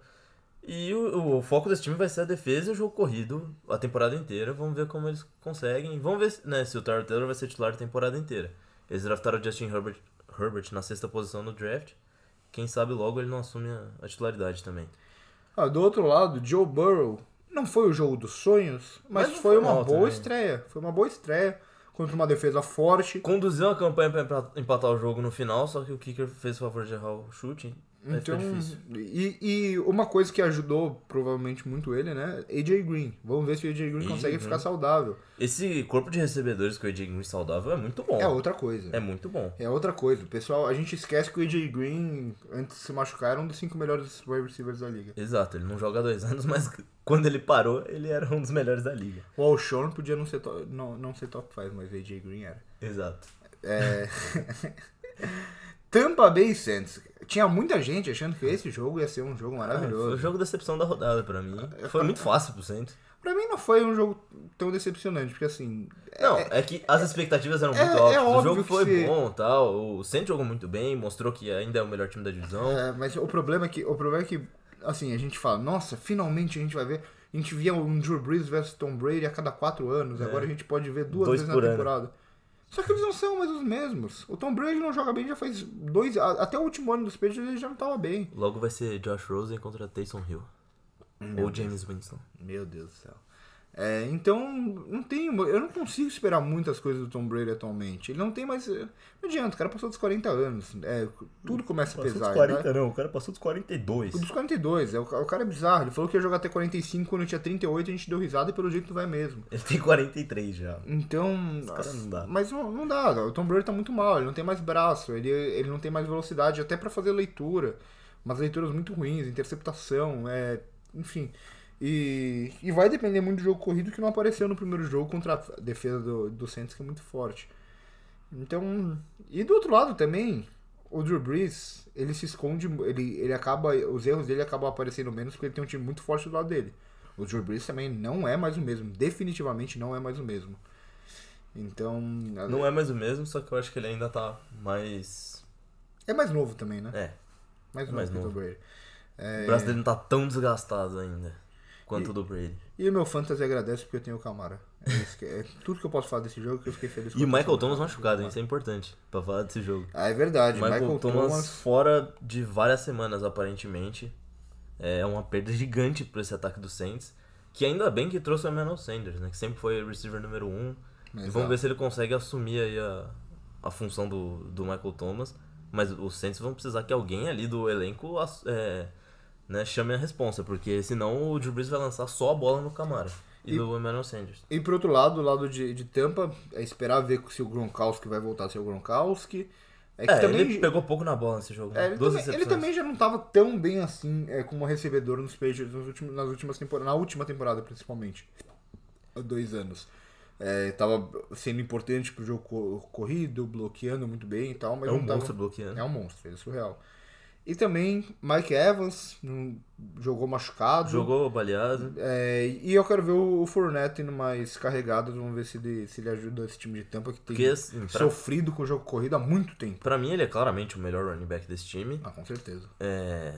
Speaker 2: E o, o foco desse time vai ser a defesa e o jogo corrido a temporada inteira. Vamos ver como eles conseguem. Vamos ver se- né, se o Tyler Taylor vai ser titular a temporada inteira. Eles draftaram o Justin Herbert, Herbert na sexta posição no draft. Quem sabe logo ele não assume a, a titularidade também.
Speaker 1: Ah, do outro lado, Joe Burrow não foi o jogo dos sonhos, mas,
Speaker 2: Mas não
Speaker 1: foi
Speaker 2: foi né?
Speaker 1: uma
Speaker 2: mal
Speaker 1: boa
Speaker 2: também.
Speaker 1: estreia. Foi uma boa estreia. contra uma defesa forte.
Speaker 2: Conduziu a campanha pra empa- empatar o jogo no final, só que o kicker fez o favor de errar o chute. Aí
Speaker 1: Então,
Speaker 2: fica difícil.
Speaker 1: e, e uma coisa que ajudou provavelmente muito ele, né? AJ Green. Vamos ver se o AJ Green
Speaker 2: AJ
Speaker 1: consegue
Speaker 2: Green.
Speaker 1: ficar saudável.
Speaker 2: Esse corpo de recebedores com o Edgar saudável é muito bom.
Speaker 1: É outra coisa.
Speaker 2: É muito bom.
Speaker 1: É outra coisa. O Pessoal, a gente esquece que o AJ Green, antes de se machucar, era um dos cinco melhores wide receivers da liga.
Speaker 2: Exato, ele não joga há dois *laughs* anos, mas quando ele parou, ele era um dos melhores da liga.
Speaker 1: O Alshon podia não ser, to- não, não ser top 5, mas o AJ Green era.
Speaker 2: Exato.
Speaker 1: É... Tampa Bay Saints. Tinha muita gente achando que esse jogo ia ser um jogo
Speaker 2: Ah, Foi o
Speaker 1: maravilhoso. É,
Speaker 2: jogo da decepção da rodada pra mim. Foi muito fácil pro Santos.
Speaker 1: Pra mim não foi um jogo tão decepcionante, porque assim...
Speaker 2: Não, é que as expectativas eram
Speaker 1: é-
Speaker 2: muito
Speaker 1: é
Speaker 2: altas. o
Speaker 1: óbvio
Speaker 2: jogo
Speaker 1: que
Speaker 2: foi
Speaker 1: se-
Speaker 2: bom tal. O Santos jogou muito bem, mostrou que ainda é o melhor time da divisão.
Speaker 1: É, mas o problema é que o problema é que assim a gente fala, nossa, finalmente a gente vai ver. A gente via um Drew Brees versus Tom Brady a cada quatro anos. Agora a gente pode ver duas
Speaker 2: Dois
Speaker 1: vezes na
Speaker 2: por ano.
Speaker 1: temporada. Só que eles não são mais os mesmos. O Tom Brady não joga bem já faz dois. a- até o último ano dos Patriots ele já não tava bem.
Speaker 2: Logo vai ser Josh Rosen contra Taysom Hill. Ou James Winston.
Speaker 1: Meu Deus do céu. É, então, não tem, eu não consigo esperar muitas coisas do Tom Brady atualmente. Ele não tem mais. eh, Não adianta, o cara passou dos 40 anos. É, tudo começa a pesar. né?
Speaker 2: não, o cara passou dos 42.
Speaker 1: O dos 42, é, o, ca- o cara é bizarro. Ele falou que ia jogar até 45, quando tinha 38, a gente deu risada e pelo jeito vai mesmo.
Speaker 2: *laughs* Ele tem 43 já.
Speaker 1: Então.
Speaker 2: cara não dá.
Speaker 1: Mas não, não dá, cara. o Tom Brady tá muito mal, ele não tem mais braço, ele, ele não tem mais velocidade, até pra fazer leitura. Umas leituras muito ruins, interceptação, é, enfim. E, e vai depender muito do jogo corrido que não apareceu no primeiro jogo contra a defesa do, do Saints, que é muito forte. Então, e do outro lado também, o Drew Brees, ele se esconde, ele, ele acaba, os erros dele acabam aparecendo menos porque ele tem um time muito forte do lado dele. O Drew Brees também não é mais o mesmo, definitivamente não é mais o mesmo. Então,
Speaker 2: Não é mais o mesmo, só que eu acho que ele ainda tá mais.
Speaker 1: é mais novo também, né?
Speaker 2: É.
Speaker 1: mais
Speaker 2: é
Speaker 1: novo
Speaker 2: mais
Speaker 1: que o Tom
Speaker 2: novo.
Speaker 1: Brady.
Speaker 2: O braço dele não tá tão desgastado ainda quanto o do Brady.
Speaker 1: E o meu fantasy agradece porque eu tenho o Camara. É, isso que- é tudo que eu posso falar desse jogo que eu fiquei feliz
Speaker 2: E o
Speaker 1: com
Speaker 2: Michael Thomas machucado, hein? isso é importante pra falar desse jogo.
Speaker 1: Ah, é verdade,
Speaker 2: Michael,
Speaker 1: Michael,
Speaker 2: Thomas,
Speaker 1: Thomas
Speaker 2: fora de várias semanas, aparentemente. É uma perda gigante pra esse ataque do Saints. Que ainda bem que trouxe o Emmanuel Sanders, né? Que sempre foi receiver número Um. E
Speaker 1: Exato.
Speaker 2: vamos ver se ele consegue assumir aí a, a função do, do Michael Thomas. Mas os Saints vão precisar que alguém ali do elenco ass- é, né, chame a responsa. Porque senão o Drew Brees vai lançar só a bola no Camara. E,
Speaker 1: E-
Speaker 2: do Emmanuel Sanders.
Speaker 1: E por outro lado, do lado de, de Tampa, é esperar ver se o Gronkowski vai voltar a ser o Gronkowski. É que
Speaker 2: É,
Speaker 1: também.
Speaker 2: ele pegou pouco na bola nesse jogo.
Speaker 1: é,
Speaker 2: né?
Speaker 1: ele,
Speaker 2: Duas
Speaker 1: também, ele
Speaker 2: recepções.
Speaker 1: também já não tava tão bem assim é, como recebedor nos Patriots nos últimos, nas últimas temporadas, na última temporada principalmente. Há dois anos. É, tava sendo importante pro jogo co- corrido, bloqueando muito bem e tal, mas
Speaker 2: É um
Speaker 1: não tava-
Speaker 2: monstro bloqueando.
Speaker 1: É um monstro, ele é surreal. E também Mike Evans não- jogou machucado.
Speaker 2: Jogou baleado.
Speaker 1: É, e eu quero ver o Fournette indo mais carregado. Vamos ver se ele, se ele ajuda esse time de tampa que tem
Speaker 2: Porque, assim, pra,
Speaker 1: sofrido com o jogo corrido há muito tempo.
Speaker 2: pra mim ele é claramente o melhor running back desse time. *laughs*
Speaker 1: Ah, com certeza.
Speaker 2: É,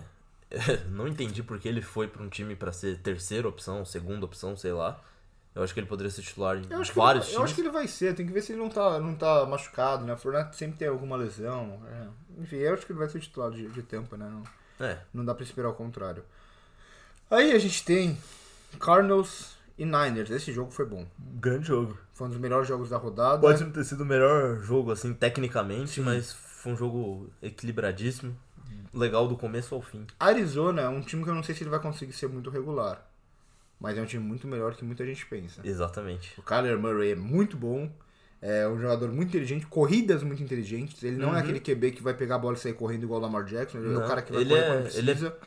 Speaker 2: não entendi porque ele foi pra um time pra ser terceira opção, segunda opção, sei lá. Eu acho que ele poderia ser titular em
Speaker 1: Eu acho, que ele,
Speaker 2: vários
Speaker 1: vai- eu
Speaker 2: times.
Speaker 1: acho que ele vai ser, tem que ver se ele não tá, não tá machucado, né? O Fournette sempre tem alguma lesão. é. Enfim, eu acho que ele vai ser titular de, de tampa, né? Não,
Speaker 2: É,
Speaker 1: não dá pra esperar o contrário. Aí a gente tem Cardinals e Niners. Esse jogo foi bom.
Speaker 2: grande jogo.
Speaker 1: Foi um dos melhores jogos da rodada.
Speaker 2: Pode não ter sido o melhor jogo, assim, tecnicamente, mas foi um jogo equilibradíssimo. Legal do começo ao fim.
Speaker 1: Arizona é um time que eu não sei se ele vai conseguir ser muito regular. Mas é um time muito melhor que muita gente pensa.
Speaker 2: Exatamente.
Speaker 1: O Kyler Murray é muito bom. É um jogador muito inteligente, corridas muito inteligentes. Ele não é aquele QB que vai pegar a bola e sair correndo igual o Lamar Jackson. Ele é
Speaker 2: Uhum. Não,
Speaker 1: o cara que vai
Speaker 2: ele
Speaker 1: correr
Speaker 2: é-
Speaker 1: quando
Speaker 2: ele é
Speaker 1: precisa.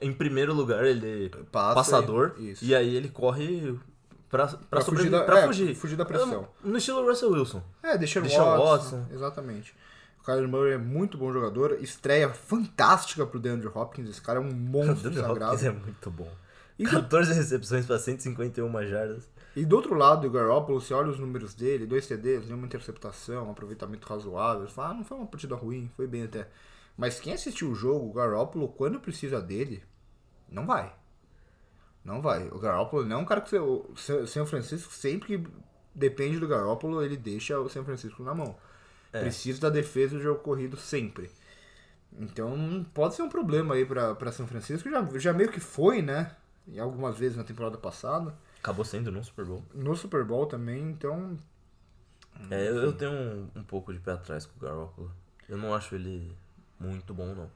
Speaker 2: Em primeiro lugar, ele
Speaker 1: Passa,
Speaker 2: passador.
Speaker 1: isso.
Speaker 2: E aí ele corre pra, pra,
Speaker 1: Pra fugir
Speaker 2: sobreviver,
Speaker 1: da-
Speaker 2: pra
Speaker 1: é,
Speaker 2: fugir.
Speaker 1: fugir da pressão.
Speaker 2: No estilo Russell Wilson.
Speaker 1: É, deixando
Speaker 2: Deshaun
Speaker 1: Watson,
Speaker 2: Watson.
Speaker 1: Exatamente. O Kyler Murray é muito bom jogador. Estreia fantástica pro DeAndre Hopkins. Esse
Speaker 2: *laughs*
Speaker 1: cara é um monstro
Speaker 2: Daniel
Speaker 1: sagrado.
Speaker 2: Hopkins é muito bom. 14 recepções pra 151 jardas.
Speaker 1: E do outro lado, o Garoppolo, você olha os números dele, dois TDs, nenhuma interceptação, um aproveitamento razoável, você fala, ah, não foi uma partida ruim, foi bem até. Mas quem assistiu o jogo, o Garoppolo, quando precisa dele, não vai. Não vai. O Garoppolo não é um cara que você, o Sa- San Francisco, sempre que depende do Garoppolo, ele deixa o San Francisco na mão. Precisa da defesa do jogo corrido sempre. Então pode ser um problema aí pra, pra São Francisco, já, já meio que foi, né? Em algumas vezes na temporada passada
Speaker 2: né, um Acabou sendo num Super Bowl.
Speaker 1: no Super Bowl também, então
Speaker 2: É, eu, eu tenho um, um pouco de pé atrás com o Garoppolo. Eu não acho ele muito bom, não.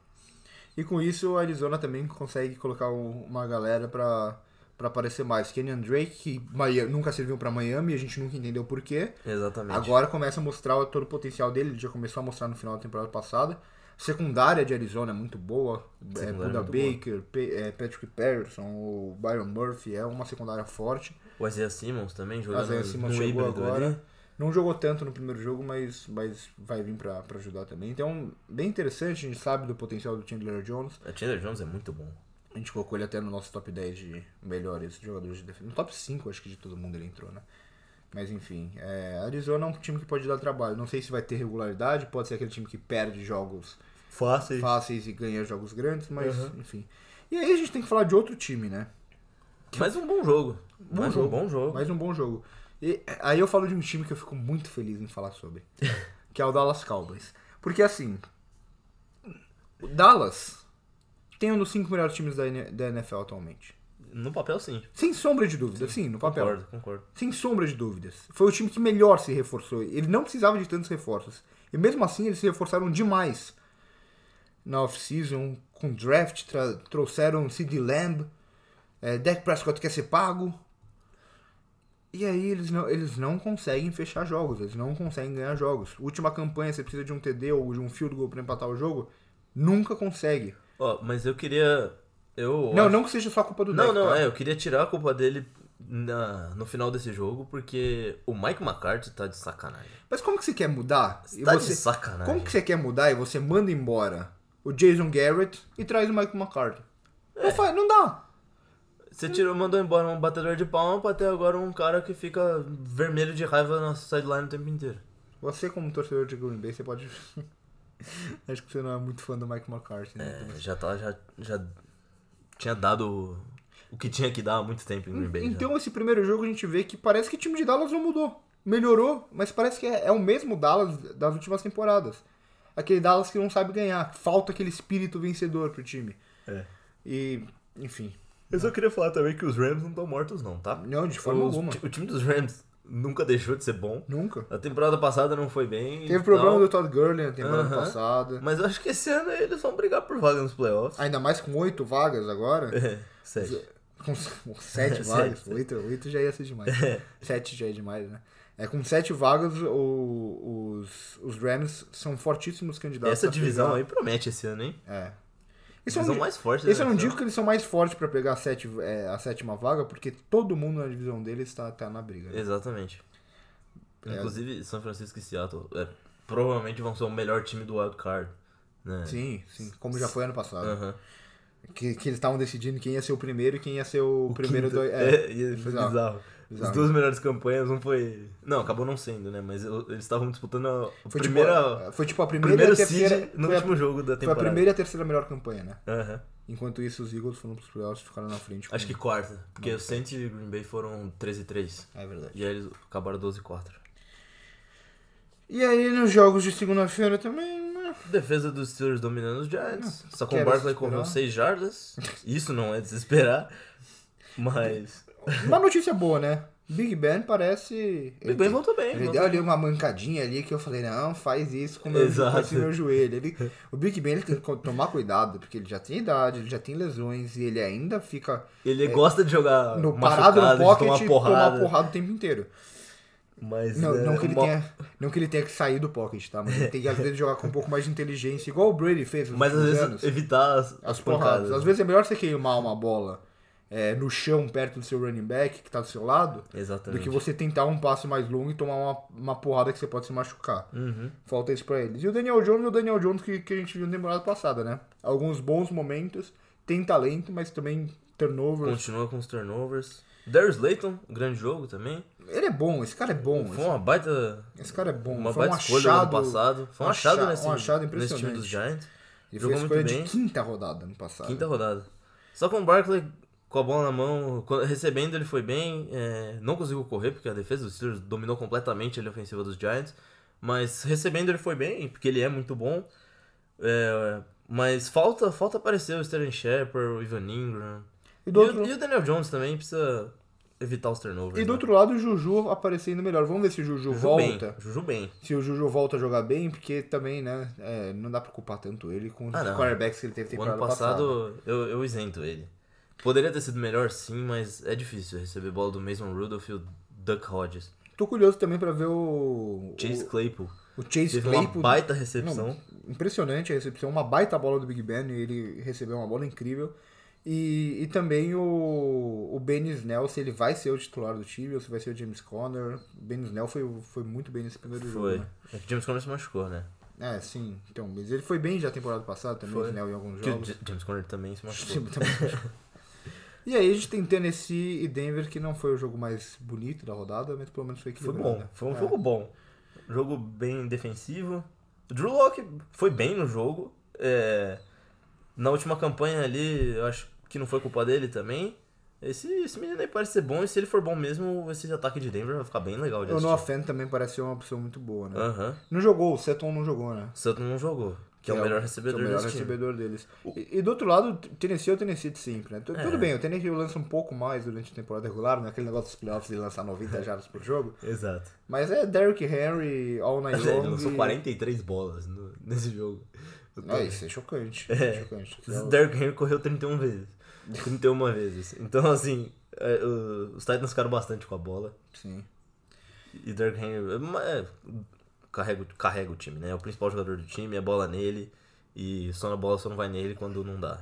Speaker 1: E com isso, o Arizona também consegue colocar um- uma galera pra, pra aparecer mais. Kenyon Drake, que Maia- nunca serviu pra Miami, a gente nunca entendeu porquê.
Speaker 2: Exatamente.
Speaker 1: Agora começa a mostrar todo o potencial dele, ele já começou a mostrar no final da temporada passada. Secundária de Arizona é muito boa. É,
Speaker 2: Secundária
Speaker 1: Buda
Speaker 2: muito boa.
Speaker 1: Baker, Pe- é, Patrick Patterson, o Byron Murphy, é uma secundária forte.
Speaker 2: O Isaiah Simmons também jogando
Speaker 1: Mas aí Simmons
Speaker 2: no
Speaker 1: chegou
Speaker 2: híbrido
Speaker 1: agora.
Speaker 2: ali.
Speaker 1: Não jogou tanto no primeiro jogo, mas, mas vai vir pra, pra ajudar também. Então, bem interessante, a gente sabe do potencial do Chandler Jones.
Speaker 2: A Chandler Jones é muito bom.
Speaker 1: A gente colocou ele até no nosso top 10 de melhores jogadores de defesa. No top 5, acho que de todo mundo ele entrou, né? Mas enfim, é, Arizona é um time que pode dar trabalho. Não sei se vai ter regularidade, pode ser aquele time que perde jogos
Speaker 2: Fácil.
Speaker 1: fáceis e ganha jogos grandes, mas enfim. E aí a gente tem que falar de outro time, né?
Speaker 2: Mas um bom jogo. Mais um bom jogo.
Speaker 1: Mais um bom jogo. E aí eu falo de um time que eu fico muito feliz em falar sobre, que é o Dallas Cowboys. Porque assim, o Dallas tem um dos cinco melhores times da N- da NFL atualmente.
Speaker 2: No papel, sim.
Speaker 1: Sem sombra de dúvida, sim, no papel.
Speaker 2: Concordo, concordo.
Speaker 1: Sem sombra de dúvidas. Foi o time que melhor se reforçou. Ele não precisava de tantos reforços. E mesmo assim, eles se reforçaram demais na off-season, com draft, tra- trouxeram CD Lamb, é, Dak Prescott quer ser pago. E aí eles não, eles não conseguem fechar jogos, eles não conseguem ganhar jogos. Última campanha, você precisa de um TD ou de um field goal pra empatar o jogo, nunca consegue.
Speaker 2: Ó, mas eu queria. Eu
Speaker 1: Não, não que seja só culpa do
Speaker 2: Não,
Speaker 1: Dak,
Speaker 2: não,
Speaker 1: tá?
Speaker 2: é, eu queria tirar a culpa dele na, no final desse jogo, porque o Mike McCarthy tá de sacanagem.
Speaker 1: Mas como que você quer mudar? e
Speaker 2: tá
Speaker 1: você-
Speaker 2: de sacanagem.
Speaker 1: Como que você quer mudar e você manda embora o Jason Garrett e traz o Michael McCarthy?
Speaker 2: É.
Speaker 1: Não, faz, não dá.
Speaker 2: Você tirou, mandou embora um batedor de palma pra ter agora um cara que fica vermelho de raiva na sideline o tempo inteiro.
Speaker 1: Você como torcedor de Green Bay, você pode... *laughs* Acho que você não é muito fã do Michael McCarthy, né?
Speaker 2: É, já tá, já, já tinha dado o- o que tinha que dar há muito tempo em né? Green Bay. já.
Speaker 1: Então esse primeiro jogo a gente vê que parece que o time de Dallas não mudou. Melhorou, mas parece que é, é o mesmo Dallas das últimas temporadas. Aquele Dallas que não sabe ganhar. Falta aquele espírito vencedor pro time.
Speaker 2: É.
Speaker 1: E, enfim.
Speaker 2: Eu só queria falar também que os Rams não estão mortos não, tá?
Speaker 1: Não, de forma
Speaker 2: Os-
Speaker 1: alguma.
Speaker 2: ti- O time dos Rams nunca deixou de ser bom.
Speaker 1: Nunca.
Speaker 2: A temporada passada não foi bem.
Speaker 1: Teve
Speaker 2: e
Speaker 1: problema
Speaker 2: tal.
Speaker 1: do Todd Gurley na temporada
Speaker 2: Então Aham.
Speaker 1: passada.
Speaker 2: Mas eu acho que esse ano eles vão brigar por vaga nos playoffs.
Speaker 1: Ainda mais com oito vagas agora.
Speaker 2: *laughs* É, sério.
Speaker 1: Com s- com
Speaker 2: *laughs*
Speaker 1: sete vagas. Oito, oito já ia ser demais. Sete já é demais, né? É, com sete vagas, o- os, os Rams são fortíssimos candidatos.
Speaker 2: Essa
Speaker 1: a
Speaker 2: divisão aí promete esse ano, hein?
Speaker 1: pegar- É. Isso eu
Speaker 2: Divisão
Speaker 1: não,
Speaker 2: mais forte.
Speaker 1: isso
Speaker 2: né?
Speaker 1: eu não digo que eles são mais fortes pra pegar a, sete, é, a sétima vaga, porque todo mundo na divisão deles tá, tá na briga. né?
Speaker 2: Exatamente. É, Inclusive, São Francisco e Seattle é, provavelmente vão ser o melhor time do Wild Card. Né?
Speaker 1: É, Sim, sim. Como já foi ano passado.
Speaker 2: Aham. É.
Speaker 1: Que, que eles estavam decidindo quem ia ser o primeiro e quem ia ser o, primeiro
Speaker 2: Quinto.
Speaker 1: do.
Speaker 2: *laughs* É, e foi
Speaker 1: bizarro.
Speaker 2: bizarro.
Speaker 1: Bizarro.
Speaker 2: As duas melhores campanhas, um foi. Não, acabou não sendo, né? Mas eu- eles estavam disputando a a
Speaker 1: Foi,
Speaker 2: primeira.
Speaker 1: tipo, a- foi tipo a
Speaker 2: o
Speaker 1: primeira e
Speaker 2: primeiro
Speaker 1: a terceira.
Speaker 2: seed no
Speaker 1: foi a-
Speaker 2: último jogo da
Speaker 1: Foi a
Speaker 2: temporada.
Speaker 1: primeira e a terceira melhor campanha, né?
Speaker 2: Aham.
Speaker 1: Enquanto isso, os Eagles foram pros playoffs e ficaram na frente. com-
Speaker 2: Acho que quarta. Porque o Saints e Green Bay foram 13 e 3.
Speaker 1: É verdade.
Speaker 2: E aí eles acabaram 12 e 4.
Speaker 1: E aí, nos jogos de segunda-feira também, né?
Speaker 2: Defesa dos Steelers dominando os Giants. Sacon
Speaker 1: quero
Speaker 2: Barkley
Speaker 1: desesperar.
Speaker 2: correu 6 jardas. Isso não é desesperar. Mas.
Speaker 1: Uma notícia boa, né? Big Ben parece.
Speaker 2: Big Ben voltou né? bem.
Speaker 1: Ele
Speaker 2: voltou
Speaker 1: deu ali um-
Speaker 2: bem.
Speaker 1: uma mancadinha ali que eu falei, não, faz isso com o meu,
Speaker 2: Exato.
Speaker 1: com esse meu joelho.
Speaker 2: *laughs*
Speaker 1: Ele, o Big Ben ele tem que co- tomar cuidado, porque ele já tem idade, ele já tem lesões e ele ainda fica
Speaker 2: Ele gosta de jogar
Speaker 1: no,
Speaker 2: Ah,
Speaker 1: parado
Speaker 2: machucado,
Speaker 1: no
Speaker 2: de
Speaker 1: pocket
Speaker 2: tomar
Speaker 1: e tomar
Speaker 2: porrada.
Speaker 1: porrada o tempo inteiro.
Speaker 2: Mas.
Speaker 1: Não,
Speaker 2: né,
Speaker 1: não, que ele
Speaker 2: uma-
Speaker 1: tenha, não que ele tenha que sair do pocket, tá? Mas ele tem que, às vezes, jogar com um pouco mais de inteligência, igual o Brady fez nos
Speaker 2: Mas às
Speaker 1: últimos
Speaker 2: vezes
Speaker 1: anos.
Speaker 2: evitar as,
Speaker 1: As
Speaker 2: pancadas. né?
Speaker 1: porradas. Às vezes é melhor você queimar uma bola é, no chão, perto do seu running back, que tá do seu lado, do
Speaker 2: Exatamente.
Speaker 1: que você tentar um passo mais longo e tomar uma, uma porrada que você pode se machucar.
Speaker 2: Uhum.
Speaker 1: Falta isso pra eles. E o Daniel Jones é o Daniel Jones que, que a gente viu na temporada passada, né? Alguns bons momentos, tem talento, mas também turnovers.
Speaker 2: Continua com os turnovers. Darius Layton, grande jogo também.
Speaker 1: Ele é bom, esse cara é bom.
Speaker 2: Foi
Speaker 1: Esse,
Speaker 2: uma baita.
Speaker 1: esse cara é bom.
Speaker 2: Uma
Speaker 1: Foi um
Speaker 2: baita escolha no ano
Speaker 1: achado.
Speaker 2: passado. Foi um
Speaker 1: um
Speaker 2: achado,
Speaker 1: acha-
Speaker 2: nesse,
Speaker 1: um achado
Speaker 2: nesse time
Speaker 1: impressionante.
Speaker 2: dos Giants.
Speaker 1: Ele foi
Speaker 2: Jogou
Speaker 1: a
Speaker 2: muito
Speaker 1: escolha de
Speaker 2: bem.
Speaker 1: quinta rodada ano passado.
Speaker 2: Quinta rodada. Só com o Barkley com a bola na mão, quando- recebendo ele foi bem, é, não conseguiu correr porque a defesa dos Steelers dominou completamente a linha ofensiva dos Giants, mas recebendo ele foi bem, porque ele é muito bom. É, mas falta falta aparecer o Sterling Shepard, o Ivan Ingram.
Speaker 1: E
Speaker 2: E,
Speaker 1: do outro,
Speaker 2: o, e o Daniel Jones também precisa evitar os turnovers.
Speaker 1: E do
Speaker 2: né?
Speaker 1: outro lado, o Juju aparecendo melhor. Vamos ver se o Juju,
Speaker 2: Juju
Speaker 1: volta.
Speaker 2: bem, Juju bem.
Speaker 1: Se o Juju volta a jogar bem, porque também, né? é, não dá pra culpar tanto ele com
Speaker 2: Ah,
Speaker 1: os
Speaker 2: não.
Speaker 1: cornerbacks que ele teve
Speaker 2: O
Speaker 1: temporada
Speaker 2: ano passado eu, eu isento ele. Poderia ter sido melhor sim, mas é difícil receber bola do Mason Rudolph e o Duck Hodges.
Speaker 1: passada. Tô curioso também pra ver o.
Speaker 2: Chase Claypool.
Speaker 1: O, o Chase
Speaker 2: Teve
Speaker 1: Claypool.
Speaker 2: uma baita recepção.
Speaker 1: Não, impressionante a recepção, uma baita bola do Big Ben, e ele recebeu uma bola incrível. E, e também o, o Ben Snell, se ele vai ser o titular do time ou se vai ser o James Conner. O Ben Snell foi, foi muito bem nesse primeiro
Speaker 2: Foi.
Speaker 1: jogo. né?
Speaker 2: É que James Conner se machucou, né?
Speaker 1: É, sim. Então, mas ele foi bem já temporada passada também, o
Speaker 2: Foi.
Speaker 1: Snell em alguns
Speaker 2: Que o
Speaker 1: jogos.
Speaker 2: J- James Conner também se machucou.
Speaker 1: Sim, também acho. E aí a gente tem Tennessee e Denver, que não foi o jogo mais bonito da rodada, mas pelo menos foi
Speaker 2: Foi
Speaker 1: equilibrado.
Speaker 2: bom,
Speaker 1: né?
Speaker 2: foi um
Speaker 1: É.
Speaker 2: jogo bom. Jogo bem defensivo. O Drew Locke foi bem no jogo. é, na última campanha ali, eu acho que não foi culpa dele também. Esse, esse menino aí parece ser bom, e se ele for bom mesmo, esse ataque de Denver vai ficar bem legal de
Speaker 1: O Noah
Speaker 2: assistir.
Speaker 1: Fenn também parece ser uma opção muito boa, né?
Speaker 2: Aham.
Speaker 1: Não jogou, o Seton não jogou, né?
Speaker 2: O Sutton não jogou, que é, o melhor recebedor
Speaker 1: que é o melhor
Speaker 2: desse time.
Speaker 1: recebedor deles. E, e do outro lado, o Tennessee é o Tennessee de sempre, né? Tu-
Speaker 2: É.
Speaker 1: Tudo bem, o Tennessee lança um pouco mais durante a temporada regular, não é aquele negócio dos playoffs de lançar 90 jardas por jogo.
Speaker 2: Exato.
Speaker 1: Mas é Derrick Henry, All Night
Speaker 2: é, Ele
Speaker 1: Long.
Speaker 2: lançou né?
Speaker 1: e-
Speaker 2: 43 bolas no- nesse jogo.
Speaker 1: Ah, isso é chocante. É. chocante.
Speaker 2: O Derrick Henry correu 31 vezes. 31 vezes. Então, assim, é, o- os Titans ficaram bastante com a bola.
Speaker 1: Sim.
Speaker 2: E Derrick Henry é, uma- é, carrega, o- carrega o time, né? É o principal jogador do time, é bola nele. E só na bola só não vai nele quando não dá.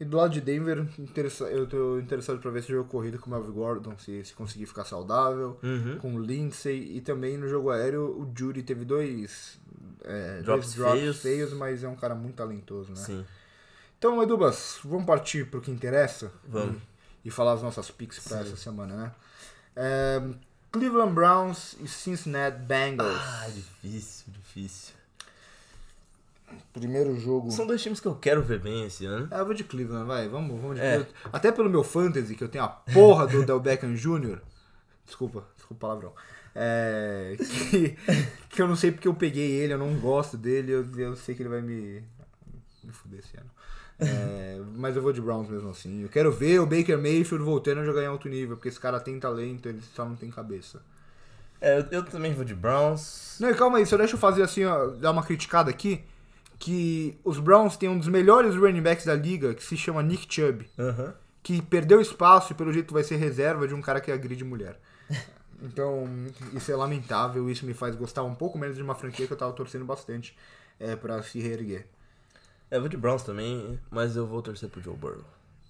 Speaker 1: E do lado de Denver, interessa- eu tô interessado pra ver esse jogo corrido com o Melvin Gordon, se, se conseguir ficar saudável,
Speaker 2: Uhum.
Speaker 1: com o Lindsay, e também no jogo aéreo o Judy teve dois, é, dois
Speaker 2: Drops
Speaker 1: drops
Speaker 2: feios.
Speaker 1: feios, mas é um cara muito talentoso, né?
Speaker 2: Sim.
Speaker 1: Então, Edubas, vamos partir pro que interessa?
Speaker 2: Vamos.
Speaker 1: E, e falar as nossas picks pra essa semana, né? É, Cleveland Browns e Cincinnati Bengals.
Speaker 2: Ah, difícil, difícil.
Speaker 1: Primeiro jogo...
Speaker 2: São dois times que eu quero ver bem esse ano.
Speaker 1: Ah, eu vou de Cleveland, vai. Vamos, vamos de
Speaker 2: É.
Speaker 1: Cleveland. Até pelo meu fantasy, que eu tenho a porra do *laughs* Del Beckham Jr. Desculpa, desculpa o palavrão. É, que, que eu não sei porque eu peguei ele, eu não gosto dele, eu, eu sei que ele vai me, me fuder esse ano. É, *laughs* mas eu vou de Browns mesmo assim. Eu quero ver o Baker Mayfield voltando a jogar em alto nível, porque esse cara tem talento, ele só não tem cabeça.
Speaker 2: É, eu, eu também vou de Browns.
Speaker 1: Não, e calma aí, só deixa eu fazer assim, ó, dar uma criticada aqui. Que os Browns têm um dos melhores running backs da liga, que se chama Nick Chubb.
Speaker 2: Aham.
Speaker 1: que perdeu espaço e pelo jeito vai ser reserva de um cara que agride mulher. Então, isso é lamentável, isso me faz gostar um pouco menos de uma franquia que eu tava torcendo bastante é, pra se reerguer.
Speaker 2: É, eu vou de Browns também, mas eu vou torcer pro Joe Burrow.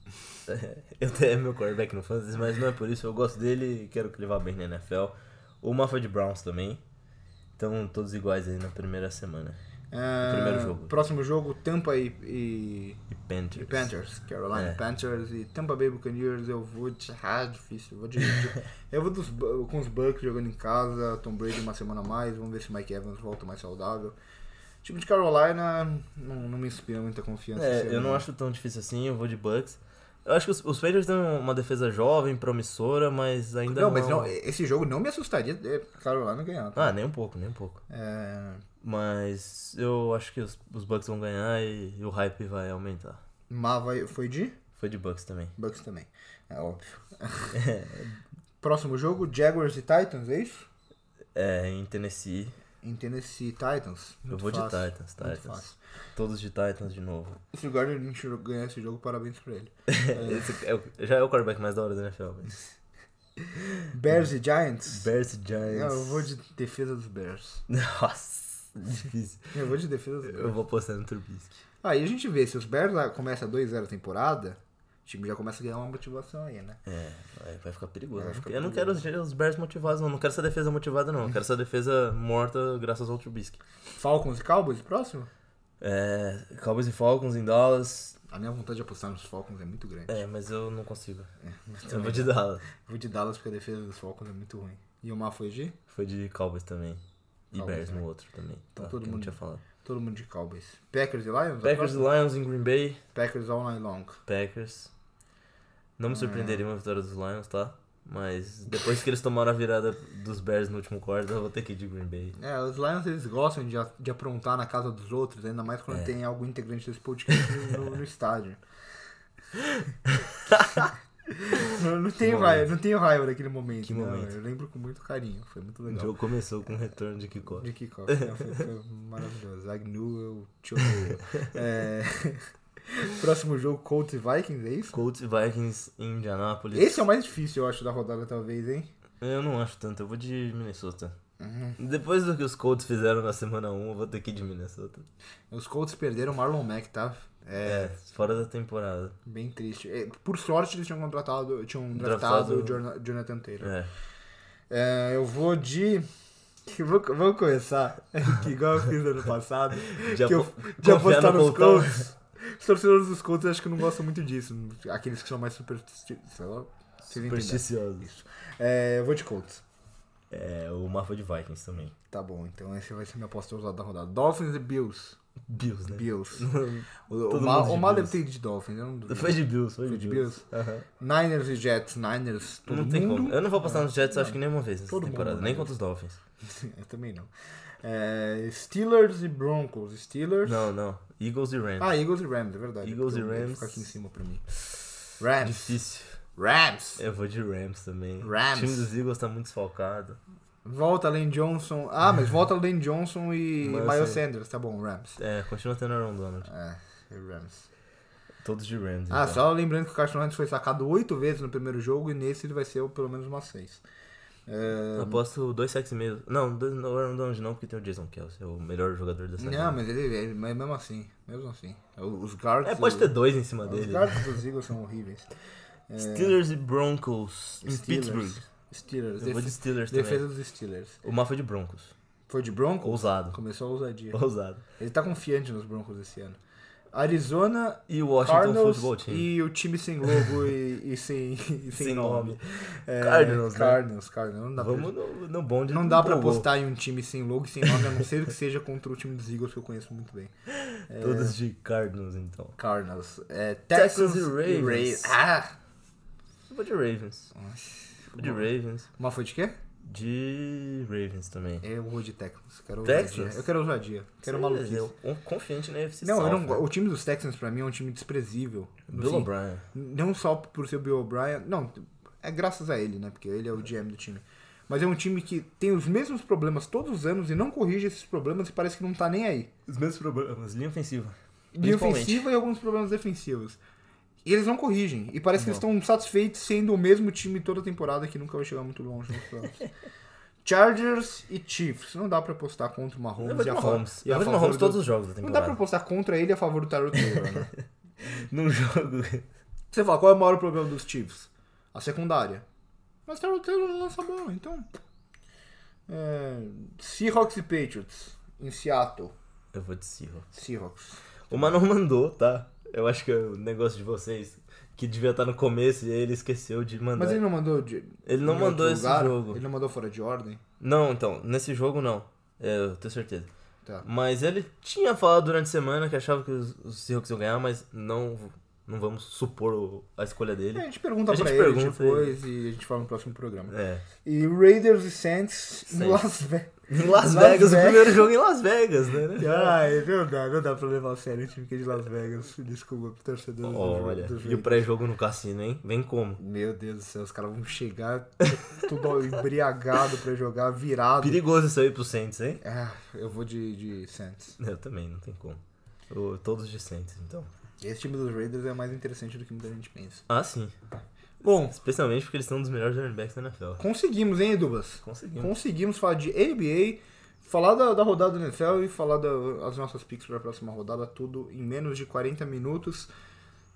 Speaker 2: *laughs* eu até é meu quarterback no fantasy, mas não é por isso. Eu gosto dele e quero que ele vá bem na NFL. O Mafia de Browns também. Então, todos iguais aí na primeira semana.
Speaker 1: É,
Speaker 2: Primeiro jogo.
Speaker 1: Próximo jogo, Tampa e, e,
Speaker 2: E Panthers.
Speaker 1: e Panthers. Carolina
Speaker 2: É.
Speaker 1: Panthers e Tampa Bay Buccaneers, eu vou de... Ah, difícil. Eu vou, de, de- eu vou dos Bu- com os Bucks jogando em casa, Tom Brady uma semana a mais, vamos ver se Mike Evans volta mais saudável. O time de Carolina não, não me inspira muita confiança.
Speaker 2: É,
Speaker 1: esse
Speaker 2: eu não
Speaker 1: ano.
Speaker 2: acho tão difícil assim, eu vou de Bucks. Eu acho que os, os Panthers têm uma defesa jovem, promissora, mas ainda
Speaker 1: Não,
Speaker 2: não...
Speaker 1: mas não, é. esse jogo não me assustaria é, Carolina ganhar. tá?
Speaker 2: Ah, nem um pouco, nem um pouco.
Speaker 1: É,
Speaker 2: Mas eu acho que os, os Bucks vão ganhar e, e o hype vai aumentar.
Speaker 1: mas vai- foi de
Speaker 2: Foi de Bucks também.
Speaker 1: Bucks também. É
Speaker 2: *laughs*
Speaker 1: óbvio. Próximo jogo, Jaguars e Titans, é isso?
Speaker 2: É, em Tennessee.
Speaker 1: Em Tennessee Titans.
Speaker 2: Eu
Speaker 1: Muito
Speaker 2: vou de
Speaker 1: fácil,
Speaker 2: Titans,
Speaker 1: muito
Speaker 2: Titans.
Speaker 1: fácil.
Speaker 2: Todos de Titans de novo.
Speaker 1: Se o Gardner Minshew ganhar esse jogo, parabéns pra
Speaker 2: *laughs*
Speaker 1: ele.
Speaker 2: Esse é o- já é o quarterback mais da hora da NFL, velho.
Speaker 1: Bears e Giants.
Speaker 2: Bears e
Speaker 1: Não,
Speaker 2: Giants.
Speaker 1: eu vou de defesa dos Bears.
Speaker 2: *laughs* Nossa, difícil.
Speaker 1: Eu vou de defesa dos Bears.
Speaker 2: Eu vou postar no Trubisky.
Speaker 1: Aí a gente vê, se os Bears lá começam 2-0 a temporada, o time já começa a ganhar uma motivação aí, né?
Speaker 2: É, vai- vai ficar perigoso. né?
Speaker 1: Vai ficar
Speaker 2: eu não quero os, os Bears motivados, não. Não quero essa defesa motivada, não. Eu quero essa defesa morta graças ao Trubisky.
Speaker 1: Falcons e Cowboys, próximo?
Speaker 2: É, Cowboys e Falcons em Dallas.
Speaker 1: A minha vontade de apostar nos Falcons é muito grande.
Speaker 2: É, mas eu não consigo.
Speaker 1: É,
Speaker 2: eu vou de Dallas.
Speaker 1: Vou de Dallas porque a defesa dos Falcons é muito ruim. E o Mar foi de?
Speaker 2: Foi de Cowboys também. E
Speaker 1: Cowboys,
Speaker 2: Bears
Speaker 1: né?
Speaker 2: no outro também.
Speaker 1: Então
Speaker 2: tá,
Speaker 1: todo
Speaker 2: que eu não
Speaker 1: mundo-
Speaker 2: tinha falado.
Speaker 1: Todo mundo de Cowboys. Packers e Lions?
Speaker 2: Packers e Lions em Green Bay.
Speaker 1: Packers all night long.
Speaker 2: Packers. Não me
Speaker 1: É.
Speaker 2: surpreenderia uma vitória dos Lions, tá? Mas depois que eles tomaram a virada dos Bears no último quarto, eu vou ter que ir de Green Bay.
Speaker 1: É, os Lions eles gostam de, a- de aprontar na casa dos outros, ainda mais
Speaker 2: É.
Speaker 1: quando tem algum integrante
Speaker 2: *laughs*
Speaker 1: desse podcast no, no- no estádio. no, não tenho
Speaker 2: momento.
Speaker 1: raiva, não tenho raiva daquele momento.
Speaker 2: Que
Speaker 1: não,
Speaker 2: momento.
Speaker 1: Eu lembro com muito carinho, foi muito
Speaker 2: O
Speaker 1: legal.
Speaker 2: jogo começou com o retorno de Kiko.
Speaker 1: De kickoff, né? foi,
Speaker 2: *laughs*
Speaker 1: foi maravilhoso. Agnew, eu é... *laughs* Próximo jogo, Colts e Vikings, é isso?
Speaker 2: Colts e Vikings em Indianápolis.
Speaker 1: Esse é o mais difícil, eu acho, da rodada, talvez, hein?
Speaker 2: Eu não acho tanto, eu vou de Minnesota.
Speaker 1: Uhum.
Speaker 2: Depois do que os Colts fizeram na semana 1, eu vou ter que ir de Minnesota.
Speaker 1: Os Colts perderam o Marlon Mack, tá? É,
Speaker 2: É, fora da temporada.
Speaker 1: bem triste. É, por sorte, eles tinham contratado, tinham draftado
Speaker 2: Draftado.
Speaker 1: o Jorna- Jonathan Taylor.
Speaker 2: É.
Speaker 1: É, eu vou de. *laughs* Vou, vou começar, *laughs* que igual eu fiz ano passado,
Speaker 2: *laughs* Já
Speaker 1: que eu
Speaker 2: po-
Speaker 1: de
Speaker 2: confiar
Speaker 1: apostar
Speaker 2: no
Speaker 1: nos
Speaker 2: Coltão.
Speaker 1: Colts. Os torcedores dos Colts acho que não gostam muito disso. Aqueles que são mais supersticiosos. sei lá, vocês entenderam.
Speaker 2: Supersticiosos.
Speaker 1: É, eu vou de Colts.
Speaker 2: É, o mapa de Vikings também.
Speaker 1: Tá bom, então esse vai ser minha aposta ousada da rodada. Dolphins e Bills.
Speaker 2: Bills, né? *laughs*
Speaker 1: Bills. O, o,
Speaker 2: Todo
Speaker 1: Ma-
Speaker 2: mundo de
Speaker 1: o Mal deve
Speaker 2: Bills.
Speaker 1: ter ido de Dolphins, eu não duvido.
Speaker 2: Foi de Bills, foi,
Speaker 1: Foi
Speaker 2: de
Speaker 1: de
Speaker 2: Bills. Aham.
Speaker 1: Niners e Jets, Niners, todo
Speaker 2: Não
Speaker 1: mundo. É.
Speaker 2: tem como. Eu não vou passar nos Jets, acho que nem uma vez nessa
Speaker 1: Todo mundo,
Speaker 2: temporada. Nem
Speaker 1: né?
Speaker 2: contra os Dolphins.
Speaker 1: *laughs* Eu também não. É, Steelers e Broncos. Steelers.
Speaker 2: Não, não. Eagles e Rams.
Speaker 1: Ah, Eagles e Rams, é verdade.
Speaker 2: Eagles e
Speaker 1: Porque eu-
Speaker 2: Rams.
Speaker 1: Fica aqui em cima pra mim. Rams.
Speaker 2: Difícil. É.
Speaker 1: Rams.
Speaker 2: Eu vou de Rams também.
Speaker 1: Rams.
Speaker 2: O time dos Eagles tá muito desfalcado.
Speaker 1: Volta Lane Johnson. Ah, mas volta Lane Johnson e
Speaker 2: Miles
Speaker 1: Miles
Speaker 2: Sanders.
Speaker 1: Sanders. Tá bom, Rams.
Speaker 2: É, continua tendo Aaron Donald.
Speaker 1: É, é Rams.
Speaker 2: Todos de Rams.
Speaker 1: Ah,
Speaker 2: então.
Speaker 1: só lembrando que o Carson Wentz foi sacado oito vezes no primeiro jogo e nesse ele vai ser pelo menos umas seis. É,
Speaker 2: Ah, Aposto dois sacks e meio. Não, dois, não, Aaron Donald não, porque tem o Jason Kelsey, o melhor jogador dessa liga.
Speaker 1: não, mas ele, ele- mas mesmo assim, mesmo assim. Os guards...
Speaker 2: É, pode ter dois em cima
Speaker 1: Os
Speaker 2: dele.
Speaker 1: guards dos Eagles são horríveis. É,
Speaker 2: Steelers e Broncos em
Speaker 1: Steelers.
Speaker 2: Pittsburgh.
Speaker 1: Steelers.
Speaker 2: Eu vou de
Speaker 1: Defe-
Speaker 2: Steelers
Speaker 1: Defesa
Speaker 2: também.
Speaker 1: dos Steelers.
Speaker 2: O Mafia de Broncos.
Speaker 1: Foi de Broncos?
Speaker 2: Ousado.
Speaker 1: Começou a ousadia.
Speaker 2: Ousado.
Speaker 1: Ele tá confiante nos Broncos esse ano. Arizona,
Speaker 2: E o Washington
Speaker 1: Cardinals
Speaker 2: Football Team.
Speaker 1: e o time sem logo e, *laughs* e sem, e sem,
Speaker 2: Sem
Speaker 1: nome.
Speaker 2: nome.
Speaker 1: É,
Speaker 2: Cardinals, né?
Speaker 1: Cardinals, Cardinals. Não dá pra-
Speaker 2: Vamos no, no bonde.
Speaker 1: Não
Speaker 2: do
Speaker 1: dá pra
Speaker 2: Bowl.
Speaker 1: apostar em um time sem logo e sem nome, a não ser que seja contra o time dos Eagles, que eu conheço muito bem. É,
Speaker 2: *laughs* Todos de Cardinals, então.
Speaker 1: Cardinals. É,
Speaker 2: Texans
Speaker 1: Texans,
Speaker 2: e
Speaker 1: e
Speaker 2: Ravens.
Speaker 1: Ravens. Ah!
Speaker 2: Eu vou de Ravens. Vou de Ravens.
Speaker 1: Mas foi de quê?
Speaker 2: De Ravens também.
Speaker 1: Eu vou de Texans. Quero
Speaker 2: Texans?
Speaker 1: ousadia. Eu quero ousadia. Quero maluquice.
Speaker 2: Eu con- confiante na UFC.
Speaker 1: Não, eu não,
Speaker 2: gosto.
Speaker 1: go- o time dos Texans pra mim é um time desprezível.
Speaker 2: né? Bill
Speaker 1: Assim,
Speaker 2: O'Brien.
Speaker 1: Não só por ser o Bill O'Brien. Não, é graças a ele, né? Porque ele é o GM do time. Mas é um time que tem os mesmos problemas todos os anos e não corrige esses problemas e parece que não tá nem aí.
Speaker 2: Os mesmos problemas. Linha ofensiva.
Speaker 1: De
Speaker 2: Principalmente.
Speaker 1: ofensiva e alguns problemas defensivos. E eles não corrigem. E parece que eles
Speaker 2: Não.
Speaker 1: estão satisfeitos sendo o mesmo time toda temporada que nunca vai chegar muito longe nos playoffs. *laughs* Chargers e Chiefs. Não dá pra apostar contra o Mahomes
Speaker 2: Eu vou de
Speaker 1: e a fa-
Speaker 2: Mahomes.
Speaker 1: e a
Speaker 2: Eu vou de
Speaker 1: favor
Speaker 2: Mahomes
Speaker 1: do-
Speaker 2: todos os jogos
Speaker 1: Não
Speaker 2: da
Speaker 1: dá
Speaker 2: temporada.
Speaker 1: pra apostar contra ele e a favor do Tyrod Taylor,
Speaker 2: *laughs*
Speaker 1: né?
Speaker 2: Num jogo. *laughs*
Speaker 1: Você fala, qual é o maior problema dos Chiefs? A secundária. Mas Tyrod Taylor não lança bola, então. É, Seahawks e Patriots. Em Seattle.
Speaker 2: Eu vou de Seahawks.
Speaker 1: Seahawks.
Speaker 2: O Mano mandou, tá? Eu acho que é o negócio de vocês. Que devia estar no começo e ele esqueceu de mandar.
Speaker 1: Mas ele
Speaker 2: ele,
Speaker 1: não mandou de.
Speaker 2: não
Speaker 1: em
Speaker 2: mandou
Speaker 1: outro
Speaker 2: esse
Speaker 1: lugar?
Speaker 2: jogo.
Speaker 1: Ele não mandou fora de ordem.
Speaker 2: Não, então, nesse jogo não. É, eu tenho certeza.
Speaker 1: Tá.
Speaker 2: Mas ele tinha falado durante a semana que achava que os, os Seahawks iam ganhar, mas não, não vamos supor o- a escolha
Speaker 1: É, A
Speaker 2: dele.
Speaker 1: gente pergunta
Speaker 2: A gente
Speaker 1: pra ele
Speaker 2: pergunta
Speaker 1: depois e a gente fala no próximo programa.
Speaker 2: É.
Speaker 1: E Raiders e Saints em
Speaker 2: Saints.
Speaker 1: Las Vegas.
Speaker 2: Em Las,
Speaker 1: Las
Speaker 2: Vegas, o
Speaker 1: Vegas.
Speaker 2: primeiro jogo em Las Vegas, né?
Speaker 1: Ah, é verdade, não dá pra levar a sério o time que é de Las Vegas. Desculpa pro torcedor do-
Speaker 2: Olha,
Speaker 1: do
Speaker 2: e o pré-jogo no cassino, hein? Vem como?
Speaker 1: Meu Deus do céu, os caras vão chegar tudo embriagado pra jogar, virado.
Speaker 2: Perigoso isso aí pro Saints, hein?
Speaker 1: Ah, eu vou de, de Saints.
Speaker 2: Eu também, não tem como. Eu- todos de Saints, então.
Speaker 1: Esse time dos Raiders é mais interessante do que muita gente pensa.
Speaker 2: Ah, sim.
Speaker 1: Bom,
Speaker 2: Especialmente porque eles são um dos melhores running backs da NFL.
Speaker 1: conseguimos, hein, Edubas?
Speaker 2: Conseguimos.
Speaker 1: Conseguimos falar de NBA, falar da, da rodada do NFL e falar da- as nossas picks pra próxima rodada, tudo em menos de 40 minutos.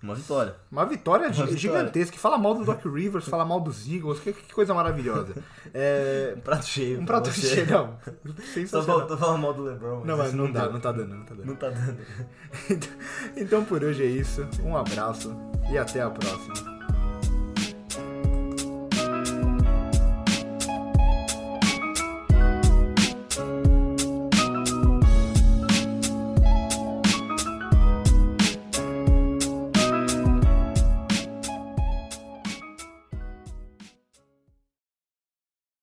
Speaker 2: Uma vitória.
Speaker 1: Uma vitória, gi-
Speaker 2: vitória.
Speaker 1: gigantesca. Fala mal do Doc Rivers, fala mal dos Eagles, que, que coisa maravilhosa. *laughs* É,
Speaker 2: Um prato cheio.
Speaker 1: um
Speaker 2: pra
Speaker 1: prato
Speaker 2: você.
Speaker 1: cheio, não.
Speaker 2: *laughs* Só
Speaker 1: Sensacional.
Speaker 2: faltou falar mal do LeBron.
Speaker 1: Não, mas
Speaker 2: isso
Speaker 1: não dá, não tá dando, não tá dando.
Speaker 2: Não tá dando.
Speaker 1: Então por hoje é isso. Um abraço e até a próxima.